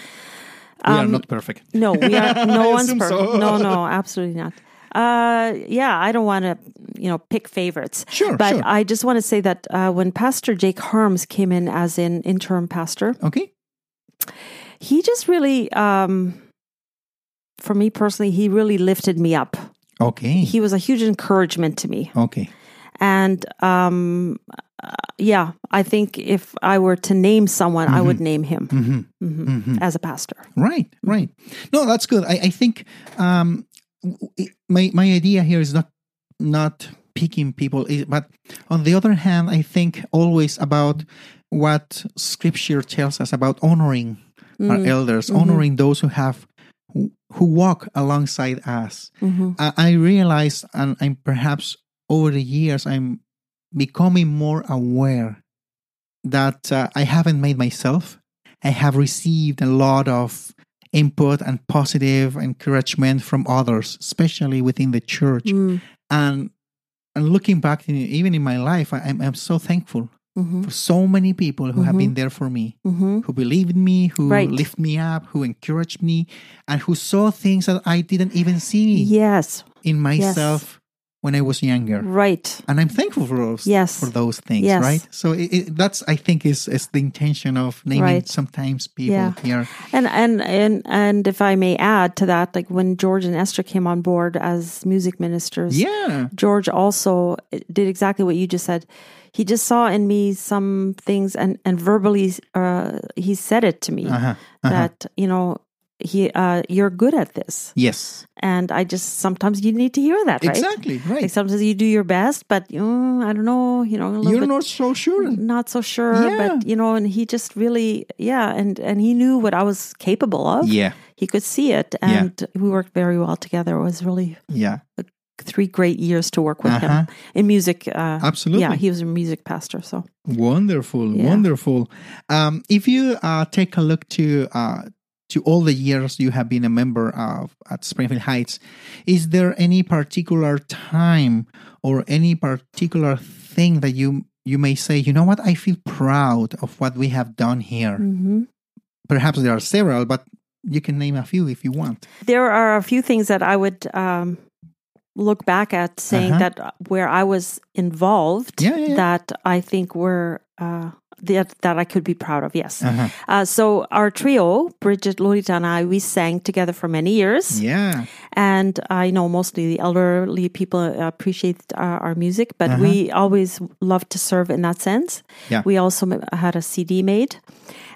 B: We
C: Um,
B: are not perfect.
C: No, we
B: I
C: are. No one's
B: assume
C: perfect.
B: so.
C: No, no, absolutely not. Uh, yeah, I don't want to, you know, pick favorites.
B: Sure,
C: but
B: sure.
C: I just want to say that uh, when Pastor Jake Harms came in as an interim pastor,
B: Okay.
C: he just really, um, for me personally, he really lifted me up.
B: Okay.
C: He was a huge encouragement to me,
B: okay.
C: and um, uh, yeah, I think if I were to name someone, I
B: Mm-hmm.
C: would name him Mhm. as a pastor.
B: Right, right. No, that's good. I, I think um, w- it- my my idea here is not not picking people, i- but on the other hand, I think always about what Scripture tells us about honoring our elders, honoring those who have who who walk alongside us. I, I realize, and I'm perhaps over the years, I'm becoming more aware that uh, I haven't made myself. I have received a lot of input and positive encouragement from others, especially within the church.
C: Mm.
B: And and looking back, in, even in my life, I, I'm, I'm so thankful for so many people who have been there for me, who believed in me, who
C: Right.
B: lift me up, who encouraged me, and who saw things that I didn't even see
C: Yes.
B: in myself when I was younger
C: Right.
B: and I'm thankful for those
C: Yes.
B: for those things,
C: Yes.
B: right? So it, it, that's I think is is the intention of naming
C: Right.
B: sometimes people
C: Yeah.
B: here.
C: And and and and if I may add to that, like when George and Esther came on board as music ministers,
B: Yeah,
C: George also eh, did exactly what you just said. He just saw in me some things, and and verbally, uh, he said it to me
B: Uh-huh,
C: that you know he uh, you're good at this,
B: yes,
C: and I just sometimes you need to hear that, right?
B: exactly, right.
C: Like sometimes you do your best, but mm, I don't know, you know, a little
B: You're not
C: bit
B: so sure.
C: not so sure but you know and he just really yeah and and he knew what i was capable of
B: Yeah,
C: he could see it
B: Yeah.
C: and we worked very well together it was really
B: yeah,
C: three great years to work with
B: Uh-huh.
C: him in music uh
B: absolutely.
C: yeah he was a music pastor so
B: Wonderful,
C: Yeah.
B: wonderful. Um, if you uh, take a look to uh, to all the years you have been a member of at Springfield Heights, is there any particular time or any particular thing that you you may say, you know what, I feel proud of what we have done here?
C: hmm
B: Perhaps there are several, but you can name a few if you want.
C: there are a few things that i would um look back at saying
B: Uh-huh.
C: that uh, where i was involved
B: Yeah, yeah, yeah.
C: that i think were uh that, that I could be proud of, yes.
B: Uh-huh.
C: Uh, so our trio, Bridget, Lolita, and I, we sang together for many years.
B: Yeah,
C: and I know mostly the elderly people appreciate our, our music, but we always loved to serve in that sense.
B: Uh-huh. Yeah.
C: We also m- had a CD made,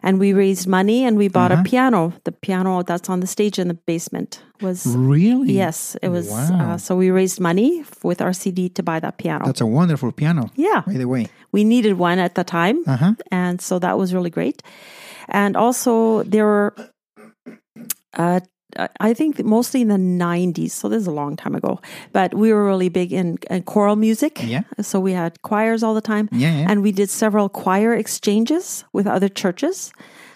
C: and we raised money and we bought
B: Uh-huh.
C: a piano. The piano that's on the stage in the basement was
B: really.
C: yes, it was.
B: Wow.
C: Uh, so we raised money f- with our CD to buy that piano.
B: that's a wonderful piano.
C: yeah,
B: By the way,
C: we needed one at the time,
B: Uh-huh.
C: and so that was really great. And also, there were, uh, I think, that mostly in the '90s. So this is a long time ago, but we were really big in, in choral music.
B: Yeah.
C: So we had choirs all the time.
B: Yeah, yeah.
C: And we did several choir exchanges with other churches.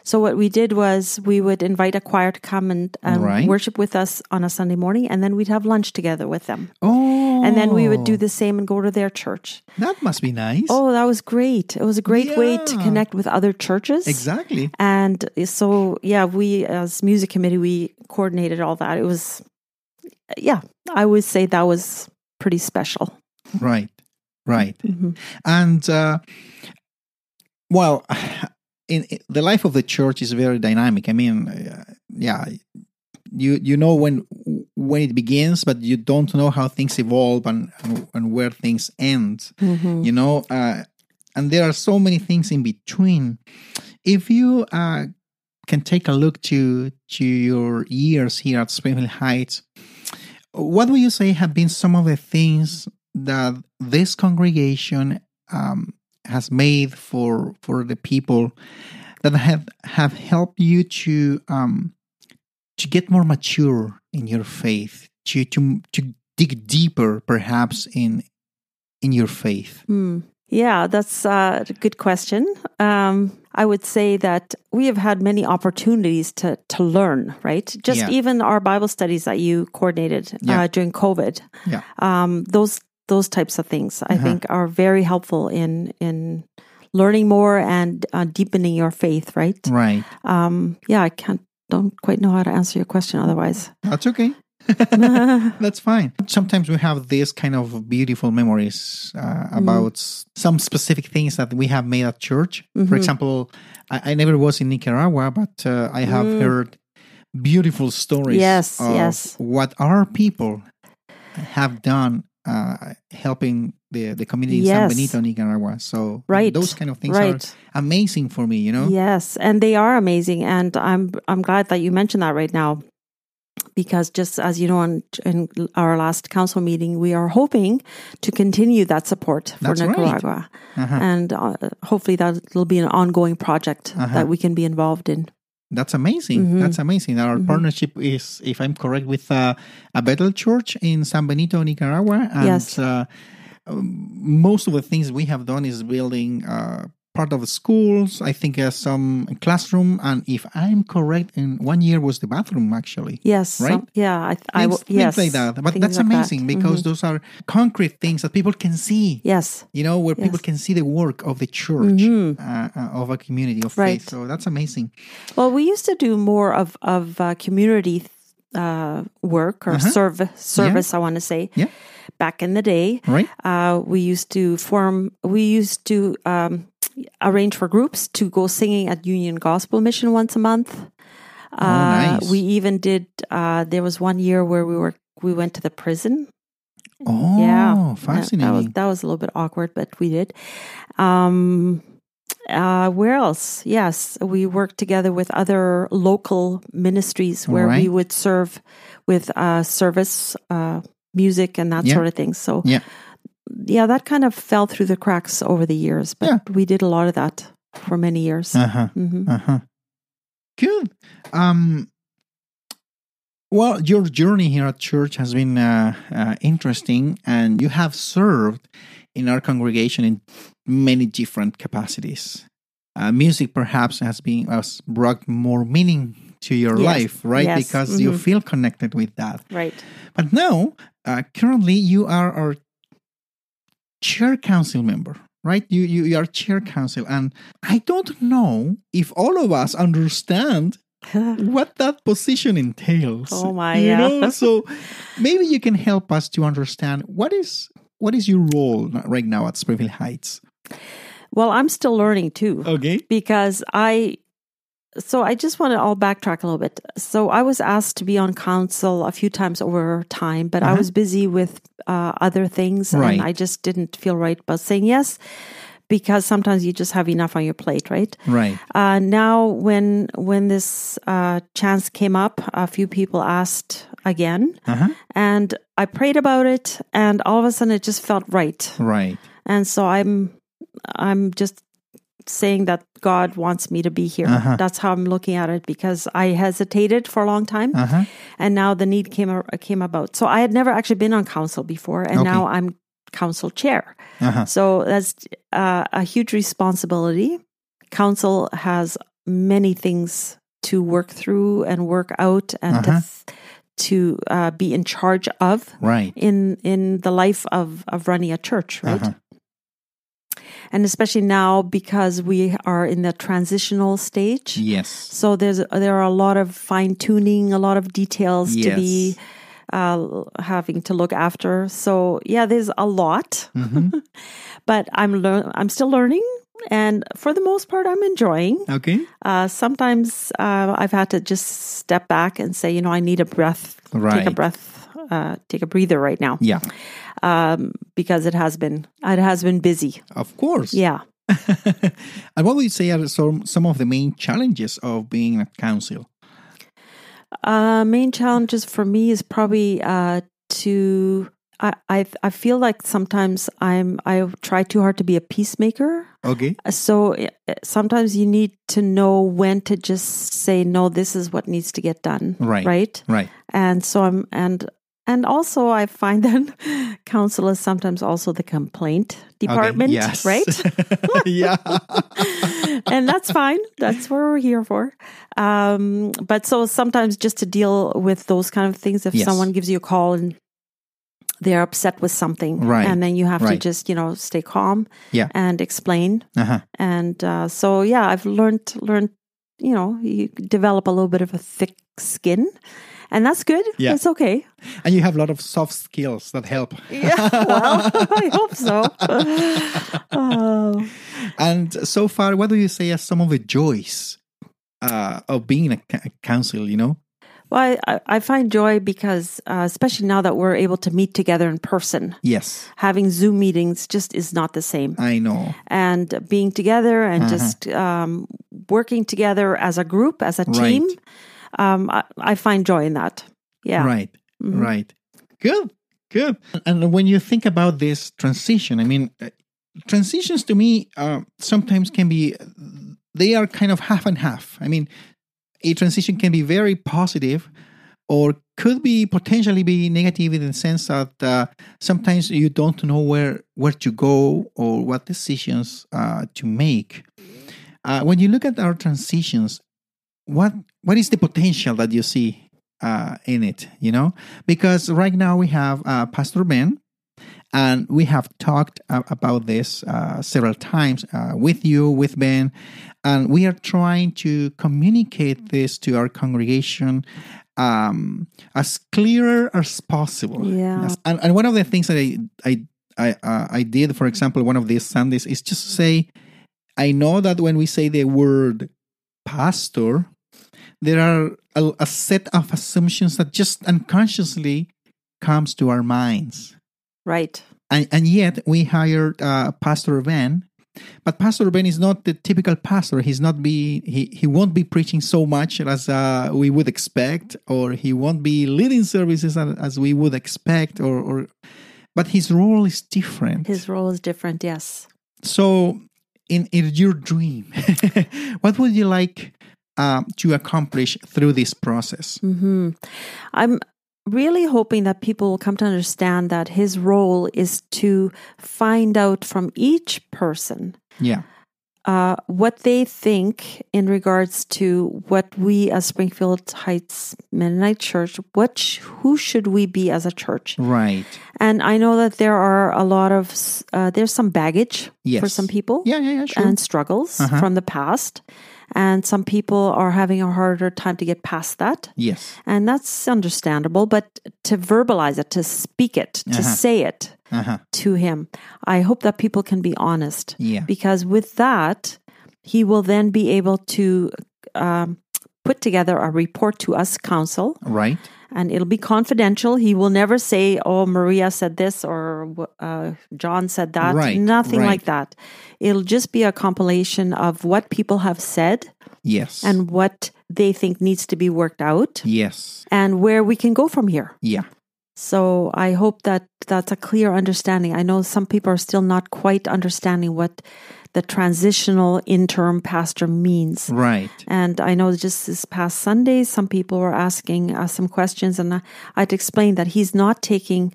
C: So what we did was we would invite a choir to come and um,
B: Right.
C: worship with us on a Sunday morning, and then we'd have lunch together with them.
B: oh,
C: And then we would do the same and go to their church.
B: That must be nice.
C: Oh, that was great. It was a great way to
B: Yeah.
C: connect with other churches.
B: exactly.
C: And so, yeah, we as music committee, we coordinated all that. It was, yeah, I would say that was pretty special.
B: Right, right.
C: Mhm.
B: And uh, well, in, in- the life of the church is very dynamic. I mean, uh, yeah, you you know when when it begins, but you don't know how things evolve and and where things end.
C: Mm-hmm.
B: You know, uh, and there are so many things in between. If you uh, can take a look to to your years here at Springfield Heights, what would you say have been some of the things that this congregation um, has made for for the people that have have helped you to um, to get more mature in your faith, to to to dig deeper, perhaps in in your faith.
C: Hmm. Yeah, that's uh, a good question. Um, I would say that we have had many opportunities to to learn, right? Just
B: Yeah.
C: even our Bible studies that you coordinated
B: Yeah.
C: uh, during COVID.
B: Yeah. Uh-huh.
C: Um, those those types of things, I think, are very helpful in in learning more and uh, deepening your faith, right?
B: Right.
C: Um, yeah, I can't don't quite know how to answer your question otherwise.
B: That's okay. That's fine. Sometimes we have these kind of beautiful memories uh,
C: Mm.
B: about s- some specific things that we have made at church.
C: Mm-hmm.
B: For example, I, I never was in Nicaragua, but uh, I have heard beautiful stories
C: Mm. Yes,
B: of
C: yes.
B: what our people have done uh, helping the, the community in San
C: Yes.
B: Benito, Nicaragua. So
C: Right,
B: those kind of things
C: right.
B: are amazing for me, you know?
C: Yes, and they are amazing, and I'm I'm glad that you mentioned that right now, because just as you know, in, in our last council meeting, we are hoping to continue that support for
B: That's right. Uh-huh.
C: Nicaragua, and uh, hopefully that will be an ongoing project
B: Uh-huh.
C: that we can be involved in.
B: That's amazing.
C: Mm-hmm.
B: That's amazing. Our partnership is, if I'm correct, with uh, a Bethel church in San Benito, Nicaragua. And
C: Yes.
B: uh, um, most of the things we have done is building uh, part of schools. I think uh, some classroom, and if I'm correct, in one year was the bathroom actually.
C: Yes.
B: Right.
C: some- yeah. I, th- I
B: Things,
C: w- yes.
B: things like that. But
C: things
B: that's
C: like that.
B: amazing
C: Mm-hmm.
B: because those are concrete things that people can see.
C: Yes.
B: You know, where people
C: Yes.
B: can
C: Mm-hmm.
B: see the work of the church, uh, uh, of a community of
C: Right.
B: faith. So that's amazing.
C: Well, we used to do more of of uh, community uh, work or serv- service. I want to say.
B: Uh-huh. Yeah.
C: Back in the day,
B: Right.
C: uh, we used to form. We used to um, arrange for groups to go singing at Union Gospel Mission once a month.
B: Oh,
C: Uh,
B: nice.
C: We even did. Uh, there was one year where we were we went to the prison
B: Oh,
C: yeah.
B: fascinating.
C: That was, that was a little bit awkward, but we did. Um, uh, where else? Yes, we worked together with other local ministries where we
B: Right.
C: would serve with uh, service, uh, music, and that
B: Yeah.
C: sort of thing. So,
B: Yeah.
C: yeah, that kind of fell through the cracks over the years, but
B: Yeah.
C: we did a lot of that for many years.
B: Uh huh.
C: hmm
B: Uh huh. Good. Um. Well, your journey here at church has been uh, uh, interesting, and you have served in our congregation in many different capacities. Uh, music, perhaps, has been has brought more meaning to your
C: Yes.
B: life, right?
C: Yes.
B: Because you
C: Mhm.
B: feel connected with that.
C: Right.
B: But now, uh, currently, you are our chair council member, right? You, you you are chair council, and I don't know if all of us understand what that position entails.
C: Oh my,
B: You
C: yeah.
B: know, so maybe you can help us to understand what is what is your role right now at Springfield Heights.
C: Well, I'm still learning too.
B: Okay.
C: because I so I just want to all backtrack a little bit. So I was asked to be on council a few times over time, but I
B: Uh-huh.
C: was busy with uh, other things,
B: Right.
C: and I just didn't feel right about saying yes because sometimes you just have enough on your plate, right?
B: Right.
C: Uh, now, when when this uh, chance came up, a few people asked again,
B: Uh huh.
C: and I prayed about it, and all of a sudden it just felt right
B: Right.
C: and so i'm i'm just saying that god wants me to be here
B: Uh-huh.
C: that's how i'm looking at it because i hesitated for a long time
B: Uh huh.
C: and now the need came ar- came about so i had never actually been on council before and
B: Okay.
C: now i'm council chair
B: Uh huh.
C: so that's uh, a huge responsibility council has many things to work through and work out and
B: Uh-huh.
C: to, to uh, be in charge of
B: Right.
C: in in the life of of running a church right
B: Uh-huh.
C: and especially now because we are in the transitional stage.
B: Yes.
C: So there's there are a lot of fine tuning, a lot of details to be
B: Yes.
C: uh, having to look after. So yeah, there's a lot,
B: Mhm.
C: but I'm lear- I'm still learning, and for the most part, I'm enjoying.
B: Okay.
C: Uh, sometimes uh, I've had to just step back and say, you know, I need a breath, take a
B: Right.
C: breath, uh, take a breather right now,
B: Yeah.
C: um, because it has been it has been busy.
B: Of course.
C: Yeah.
B: and what would you say are some, some of the main challenges of being a council?
C: Uh, main challenges for me is probably uh, to I, I I feel like sometimes I'm I try too hard to be a peacemaker.
B: Okay.
C: So uh, sometimes you need to know when to just say no. This is what needs to get done.
B: Right.
C: Right.
B: Right.
C: And so I'm and and also I find that counsel is sometimes also the complaint department.
B: Yes.
C: Right
B: yeah. Uh-huh.
C: and that's fine. That's what we're here for. Um, but so sometimes just to deal with those kind of things, if
B: Yes.
C: someone gives you a call and they're upset with something,
B: Right.
C: and then you have to
B: Right.
C: just you know stay calm,
B: Yeah.
C: and explain.
B: Uh-huh.
C: And uh, so yeah, I've learned learned you know you develop a little bit of a thick skin, and that's good.
B: Yeah.
C: It's okay.
B: And you have a lot of soft skills that help.
C: Yeah. Well, I hope so. Oh.
B: And so far, what do you say are some of the joys uh, of being a, ca- a council, you know?
C: Well, I- I, I find joy because, uh, especially now that we're able to meet together in person,
B: Yes.
C: having Zoom meetings just is not the same.
B: I know.
C: And being together and
B: Mm-hmm.
C: just um, working together as a group, as a team,
B: Right.
C: um, I, I find joy in that. Yeah.
B: Right. Right. Good. Good. And when you think about this transition, I mean, uh, transitions to me uh, sometimes can be, they are kind of half and half. I mean, a transition can be very positive, or could be potentially be negative in the sense that uh, sometimes you don't know where where to go or what decisions uh, to make. Uh, when you look at our transitions, what what is the potential that you see uh, in it? You know, because right now we have uh, Pastor Ben, and we have talked a- about this uh, several times uh, with you, with Ben, and we are trying to communicate this to our congregation um, as clearer as possible.
C: Yeah.
B: As- And, and one of the things that I I I, uh, I did, for example, one of these Sundays is just to say, I know that when we say the word pastor, there are a, a set of assumptions that just unconsciously comes to our minds
C: Right.
B: and, and yet we hired uh, pastor ben but pastor ben is not the typical pastor he's not be he, he won't be preaching so much as uh, we would expect or he won't be leading services as, as we would expect or, or but his role is different
C: His role is different. Yes.
B: so in, in your dream what would you like um, to accomplish through this process
C: hmm I'm really hoping that people will come to understand that his role is to find out from each person
B: yeah
C: uh, what they think in regards to what we as Springfield Heights Mennonite Church, what sh- who should we be as a church?
B: right
C: And I know that there are a lot of s- uh, there's some baggage
B: Yes.
C: for some people
B: yeah yeah yeah sure
C: and struggles
B: Uh-huh.
C: from the past, and some people are having a harder time to get past that.
B: yes
C: And that's understandable, but to verbalize it, to speak it, to say it
B: uh-huh
C: to him, I hope that people can be honest
B: yeah
C: because with that he will then be able to um, put together a report to us council
B: right
C: and it'll be confidential he will never say oh maria said this or uh, john said that
B: Right,
C: nothing
B: right.
C: like that it'll just be a compilation of what people have said
B: yes
C: and what they think needs to be worked out
B: yes
C: and where we can go from here
B: yeah
C: so I hope that that's a clear understanding. I know some people are still not quite understanding what the transitional interim pastor
B: Mm.
C: means.
B: Right.
C: And I know just this past Sunday, some people were asking uh, some questions, and I- I'd explained that he's not taking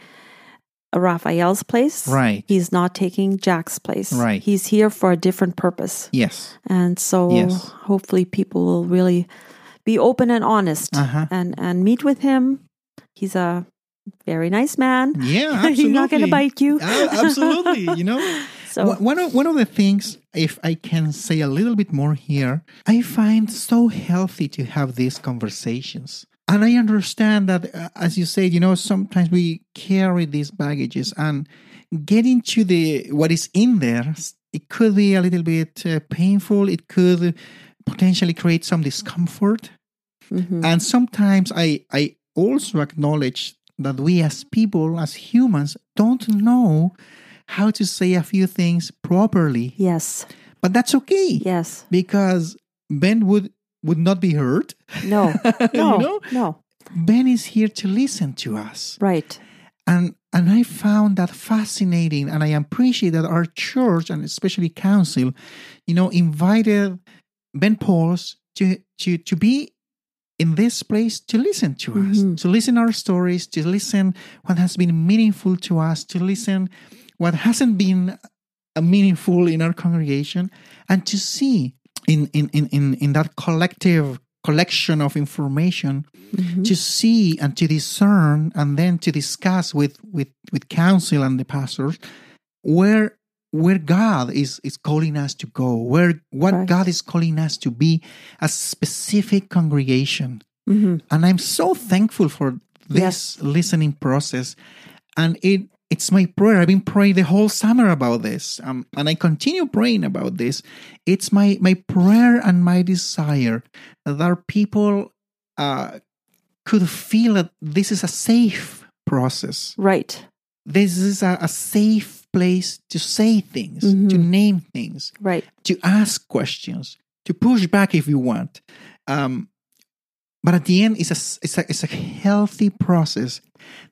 C: Raphael's place.
B: Right.
C: He's not taking Jack's place.
B: Right.
C: He's here for a different purpose.
B: Yes.
C: And so
B: Yes.
C: hopefully people will really be open and honest
B: Uh-huh.
C: and, and meet with him. He's a very nice man.
B: Yeah. Absolutely.
C: He's not going to bite you.
B: A- absolutely. You know,
C: So-
B: One- one of one of the things, if I can say a little bit more here, I find so healthy to have these conversations. And I understand that, uh, as you said, you know, sometimes we carry these baggages and getting to the what is in there. It could be a little bit uh, painful. It could potentially create some discomfort.
C: Mhm.
B: And sometimes I I also acknowledge that we as people, as humans, don't know how to say a few things properly.
C: Yes.
B: But that's okay.
C: Yes.
B: Because Ben would would not be hurt.
C: No. No.
B: know?
C: No.
B: Ben is here to listen to us.
C: Right.
B: And and I found that fascinating and I appreciate that our church and especially council, you know, invited Ben Pauls to to to be in this place to listen to us, to listen our stories, to listen what has been meaningful to us, to listen what hasn't been uh, meaningful in our congregation, and to see in in in in, in that collective collection of information to see and to discern and then to discuss with with with council and the pastors where where God is is calling us to go, where what
C: Right.
B: God is calling us to be a specific congregation.
C: Mm-hmm.
B: And I'm so thankful for this listening process. And it it's my prayer. I've been praying the whole summer about this. Um, and I continue praying about this. It's my my prayer and my desire that our people uh, could feel that this is a safe process
C: Right.
B: this is a, a safe place to say things, to name things,
C: Right.
B: to ask questions, to push back if you want. Um, but at the end, it's a, s- it's a, it's a healthy process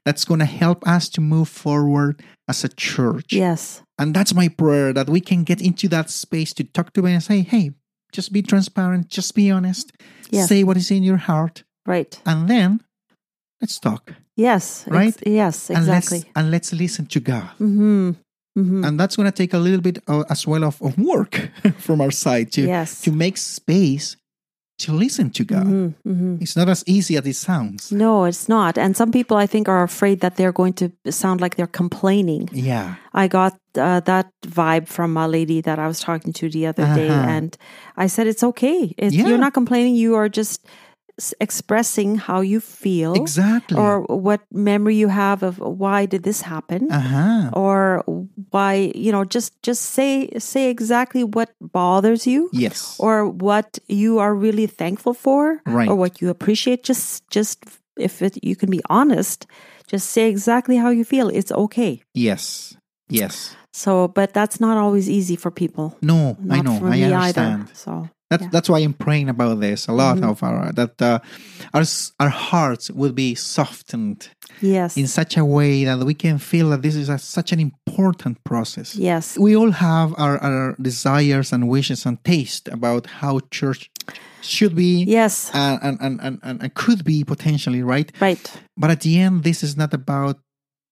B: that's going to help us to move forward as a church.
C: Yes.
B: And that's my prayer that we can get into that space to talk to them and say, hey, just be transparent, just be honest,
C: Yes.
B: say what is in your heart,
C: Right.
B: and then Let's talk.
C: Yes. ex-
B: Right?
C: yes, exactly. Mm-hmm.
B: And let's, and let's listen to God.
C: Mm.
B: And that's going to take a little bit uh, as well of, of work from our side to,
C: Yes. Mm-hmm.
B: to make space to listen to God. It's not as easy as it sounds.
C: No, it's not. And some people, I think, are afraid that they're going to sound like they're complaining.
B: Yeah.
C: I got uh, that vibe from a lady that I was talking to the other day,
B: Uh-huh.
C: and I said, "It's okay. It's,
B: Yeah.
C: You're not complaining. You are just s- expressing how you feel,
B: Exactly.
C: Oh. or what memory you have of why did this happen,
B: uh huh.
C: or why you know. Just just say say exactly what bothers you,
B: Yes.
C: or what you are really thankful for,
B: Right.
C: or what you appreciate. Just just if it, you can be honest, just say exactly how you feel. It's okay."
B: yes. Yes.
C: So, but that's not always easy for people.
B: No, I
C: Not
B: know.
C: for
B: I
C: me
B: understand.
C: either. So,
B: That's
C: Yeah. Mm-hmm.
B: that's why I'm praying about this a lot of our that uh, our s- our hearts will be softened
C: yes.
B: in such a way that we can feel that this is a, such an important process.
C: yes.
B: We all have our, our desires and wishes and taste about how church should be
C: Yes.
B: and, and, and, and, and, and could be potentially, right?
C: Right.
B: But at the end, this is not about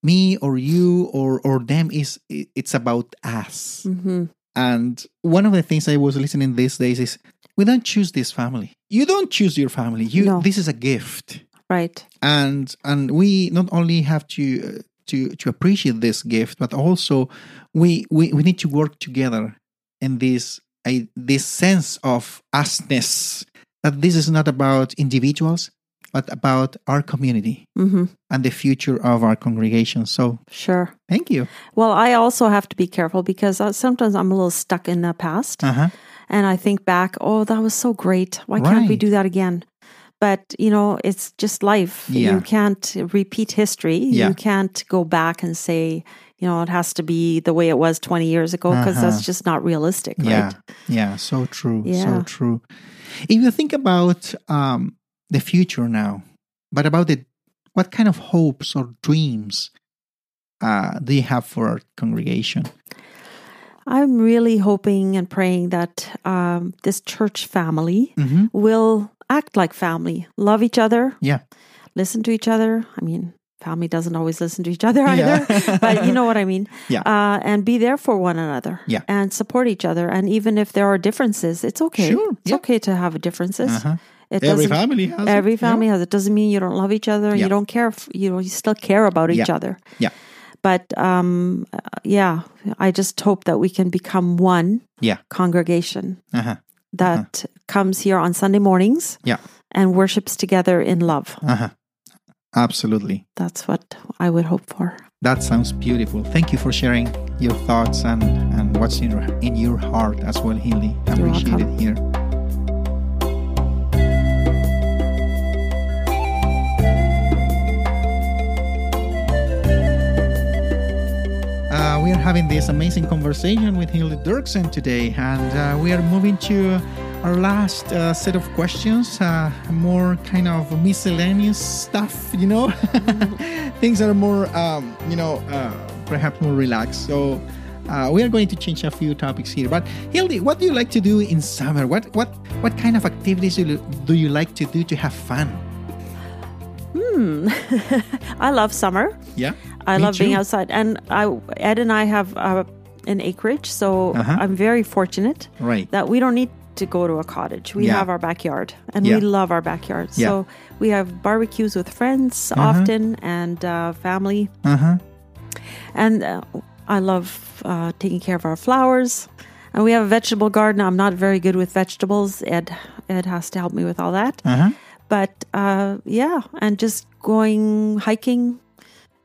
B: me or you or, or them. Is It's about us.
C: hmm
B: And one of the things I was listening these days is we don't choose this family. You don't choose your family. You
C: No.
B: this is a gift,
C: Right.
B: and and we not only have to uh, to to appreciate this gift, but also we we, we need to work together in this I this sense of usness that this is not about individuals, but about our community
C: hmm
B: and the future of our congregation. So
C: Sure.
B: thank you.
C: Well, I also have to be careful because uh, sometimes I'm a little stuck in the past
B: Uh huh.
C: and I think back, oh, that was so great. Why can't we
B: Right.
C: do that again? But, you know, it's just life.
B: Yeah.
C: You can't repeat history.
B: Yeah.
C: You can't go back and say, you know, it has to be the way it was 20 years ago because
B: Uh-huh.
C: that's just not realistic.
B: Yeah,
C: Right.
B: yeah, so true, so
C: Yeah.
B: true. If you think about um, the future now, but about the what kind of hopes or dreams uh, do you have for our congregation?
C: I'm really hoping and praying that um, this church family
B: Mm-hmm.
C: will act like family, love each other,
B: Yeah,
C: listen to each other. I mean, family doesn't always listen to each other
B: Yeah.
C: either, but you know what I mean.
B: Yeah.
C: Uh, and be there for one another.
B: Yeah.
C: And support each other. And even if there are differences, it's okay.
B: Sure,
C: It's
B: yeah.
C: okay to have differences.
B: Uh-huh.
C: It
B: every
C: doesn't-
B: family has it,
C: Every
B: yeah.
C: family has it. Doesn't mean you don't love each other. and
B: Yeah.
C: You don't care. If, you know, you still care about each
B: Yeah.
C: other.
B: Yeah.
C: But um, uh, yeah, I just hope that we can become one
B: Yeah.
C: congregation
B: Uh-huh.
C: that comes here on Sunday mornings
B: Yeah.
C: and worships together in love.
B: Uh-huh. Absolutely.
C: That's what I would hope for.
B: That sounds beautiful. Thank you for sharing your thoughts and, and what's in, your- in your heart as well, Hilly.
C: You're
B: Appreciate
C: welcome.
B: it here. Uh, we are having this amazing conversation with Hilly Dirksen today, and uh, we are moving to our last uh, set of questions, uh, more kind of miscellaneous stuff, you know, things that are more, um, you know, uh, perhaps more relaxed. So uh, we are going to change a few topics here. But Hildy, what do you like to do in summer? What what what kind of activities do you, do you like to do to have fun?
C: I love summer.
B: Yeah,
C: I
B: Me
C: love being
B: too.
C: outside. And I, Ed and I have uh, an acreage, so
B: Uh-huh.
C: I'm very fortunate
B: Right.
C: that we don't need to go to a cottage. We
B: Yeah.
C: have our backyard, and
B: Yeah.
C: we love our backyard.
B: Yeah. Uh-huh.
C: So we have barbecues with friends often and uh, family.
B: Uh huh.
C: and uh, I love uh, taking care of our flowers. And we have a vegetable garden. I'm not very good with vegetables. Ed, Ed has to help me with all that.
B: Uh huh.
C: But uh, yeah, and just going hiking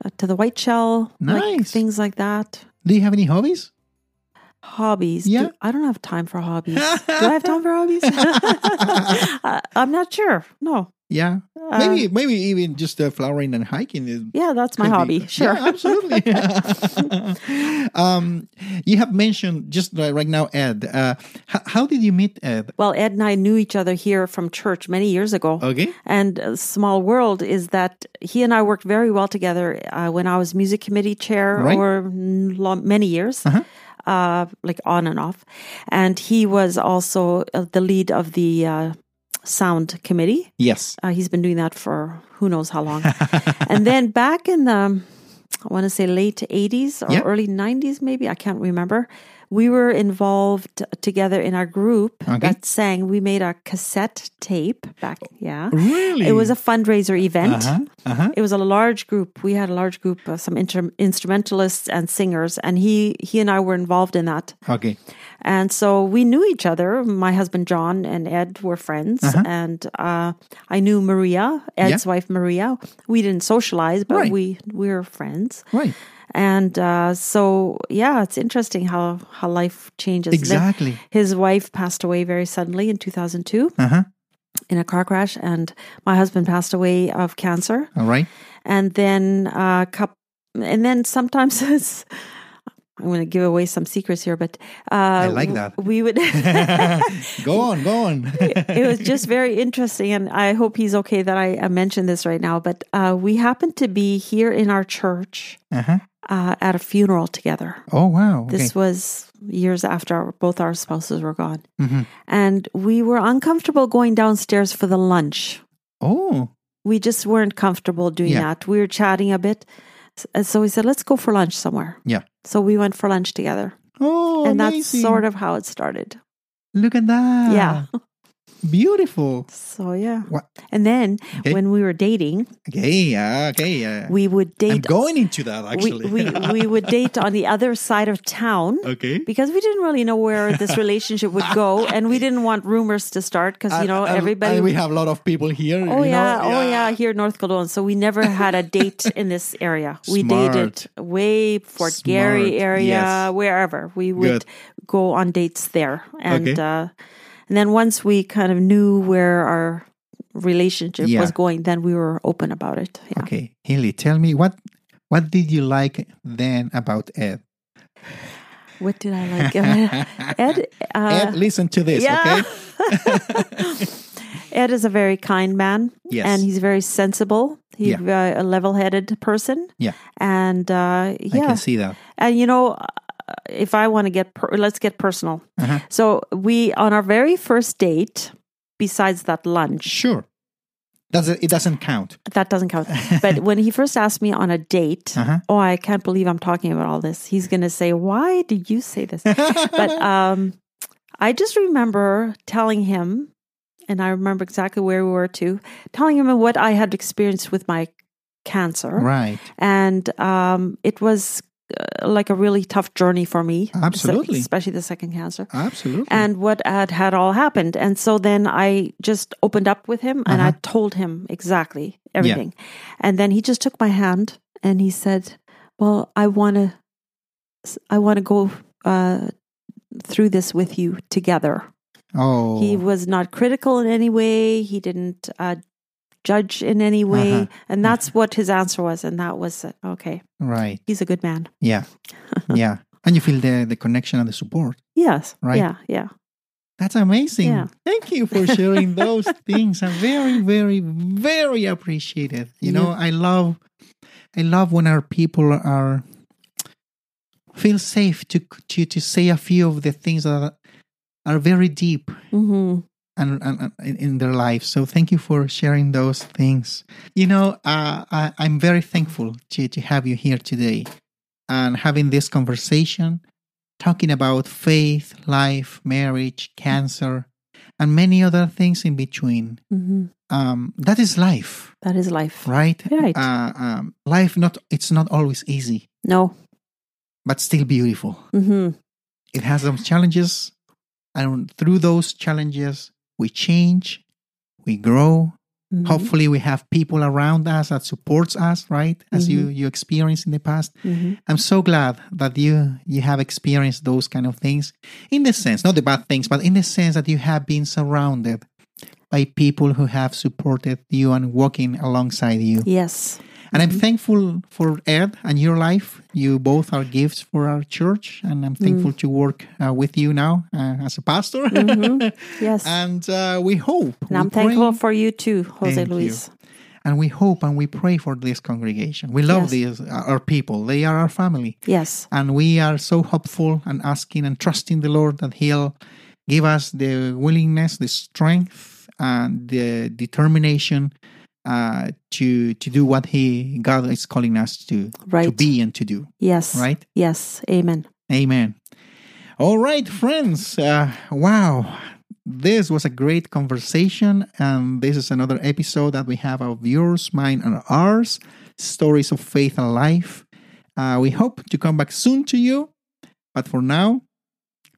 C: uh, to the White Shell, like
B: Nice.
C: things like that.
B: Do you have any hobbies?
C: Hobbies? Do-
B: Yeah.
C: I don't have time for hobbies. Do I have time for hobbies? I, I'm not sure. No.
B: Yeah,
C: Uh,
B: maybe maybe even just uh, flowering and hiking is
C: Yeah, that's my
B: could be-
C: hobby. Sure.
B: Yeah, absolutely. um, you have mentioned just right right now, Ed. Uh, h- how did you meet Ed?
C: Well, Ed and I knew each other here from church many years ago.
B: Okay.
C: And uh, Small World is that he and I worked very well together uh, when I was music committee chair
B: Right.
C: or many years, uh like on and off. And he was also uh, the lead of the uh, sound committee.
B: Yes.
C: Uh, he's been doing that for who knows how long. and then back in the, I want to say late 80s or
B: Yeah.
C: early 90s, maybe, I can't remember. We were involved together in our group
B: Okay.
C: that sang. We made a cassette tape back, yeah.
B: Really?
C: It was a fundraiser event.
B: Uh-huh, uh-huh.
C: It was a large group. We had a large group, uh, some inter- instrumentalists and singers, and he he and I were involved in that.
B: Okay.
C: And so we knew each other. My husband John and Ed were friends, and uh, I knew Maria,
B: Uh-huh.
C: Ed's
B: Yeah.
C: wife Maria. We didn't socialize, but
B: Right.
C: we we were friends.
B: Right.
C: And uh, so, yeah, it's interesting how how life changes. Then
B: Exactly.
C: His wife passed away very suddenly in 2002
B: Uh-huh.
C: in a car crash, and my husband passed away of cancer
B: All right.
C: and then uh cup and then sometimes it's I'm going to give away some secrets here, but uh, I
B: like that.
C: We would. it
B: Go on, go on.
C: was just very interesting, and I hope he's okay that I, I mentioned this right now. But uh, we happened to be here in our church
B: uh-huh.
C: uh, at a funeral together.
B: Oh, wow. Okay.
C: This was years after our, both our spouses were gone,
B: Mm-hmm.
C: and we were uncomfortable going downstairs for the lunch
B: oh,
C: we just weren't comfortable doing
B: Yeah.
C: that. We were chatting a bit. S- And so we said, let's go for lunch somewhere.
B: yeah.
C: So we went for lunch together.
B: Oh,
C: and that's
B: amazing. Ah.
C: sort of how it started.
B: Look at that.
C: Yeah.
B: Beautiful.
C: So, yeah.
B: What?
C: And then
B: Okay.
C: when we were dating,
B: Okay. Yeah. Okay. Yeah.
C: we would
B: I'm
C: date.
B: going into that
C: We,
B: actually.
C: we, we would date on the other side of town
B: okay.
C: because we didn't really know where this relationship would go. And we didn't want rumors to start because, you
B: And-
C: know,
B: and-
C: everybody.
B: and we have a lot of people here.
C: Oh
B: you
C: yeah,
B: know?
C: oh yeah, here in North Cologne. So we never had a date in this area. We
B: Smart.
C: dated way Fort
B: Smart,
C: Gary area,
B: yes.
C: wherever. We would
B: Good.
C: go on dates there, and
B: Okay.
C: uh, and then once we kind of knew where our relationship
B: Yeah.
C: was going, then we were open about it. Yeah.
B: Okay, Hilly, tell me what what did you like then about Ed?
C: What did I like? Ed, uh,
B: Ed, listen to this,
C: yeah.
B: okay?
C: Ed is a very kind man,
B: Yes.
C: and he's very sensible. He's uh, a level-headed person,
B: Yeah,
C: and uh,
B: I
C: yeah,
B: can see that.
C: and you know uh, if i want to get per- let's get personal so we on our very first date besides that lunch
B: Sure, does it? It doesn't count.
C: that doesn't count but when he first asked me on a date oh i can't believe i'm talking about all this he's going to say why did you say this but um i just remember telling him and i remember exactly where we were too telling him what i had experienced with my cancer
B: Right.
C: and um, it was uh, like a really tough journey for me.
B: Absolutely.
C: especially the second cancer.
B: Absolutely.
C: And what had had all happened, and so then I just opened up with him, and I
B: Uh-huh.
C: told him exactly everything, and then he just took my hand and he said, "Well, I want to, I want to go uh, through this with you together."
B: oh,
C: He was not critical in any way. He didn't uh, judge in any way.
B: Uh-huh.
C: And that's what his answer was. And that was it. Okay.
B: right.
C: He's a good man.
B: Yeah, yeah. And you feel the the connection and the support.
C: Yes.
B: Right.
C: Yeah. Yeah.
B: That's amazing.
C: Yeah.
B: Thank you for sharing those things. I'm very, very, very appreciated. You know, I love, I love when our people are feel safe to to to say a few of the things that are very deep
C: hmm
B: and, and, and in- in their lives. So thank you for sharing those things. You know, uh, I, I'm very thankful to, to have you here today and having this conversation, talking about faith, life, marriage, cancer, and many other things in between.
C: hmm
B: Um, that is life,
C: That is life.
B: right?
C: Right.
B: Uh, um, life not it's not always easy,
C: No.
B: but still beautiful.
C: hmm
B: it has some challenges and through those challenges we change we grow
C: Mhm.
B: hopefully we have people around us that supports us right as you you experienced in the past
C: Mhm.
B: i'm so glad that you you have experienced those kind of things in the sense not the bad things but in the sense that you have been surrounded by people who have supported you and walking alongside you
C: Yes.
B: and
C: Mm-hmm.
B: I'm thankful for Ed and your life. You both are gifts for our church, and
C: Mm.
B: I'm thankful to work uh, with you now uh, as a pastor.
C: Yes.
B: and uh, we hope.
C: Mm-hmm. and I'm
B: we pray,
C: thankful for you too, Jose
B: Thank you.
C: Luis.
B: And we hope and we pray for this congregation. We love these uh, our people. They are our family,
C: Yes.
B: and we are so hopeful and asking and trusting the Lord that He'll give us the willingness, the strength, and the determination uh, to to do what He God is calling us to to
C: Right.
B: be and to do.
C: Yes.
B: Right.
C: Yes. Amen.
B: Amen. All right, friends. Uh, wow. This was a great conversation, and this is another episode that we have of yours, mine, and ours stories of faith and life. Uh, we hope to come back soon to you, but for now,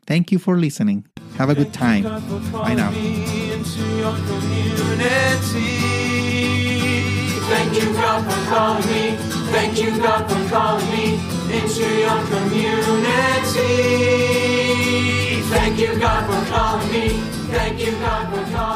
B: thank you for listening. Have a good time.
A: God for
B: Bye
A: calling
B: now.
A: me into your community. Thank you, God, for calling me. Thank you, God, for calling me into your community. Thank you, God, for calling me. Thank you, God, for calling me.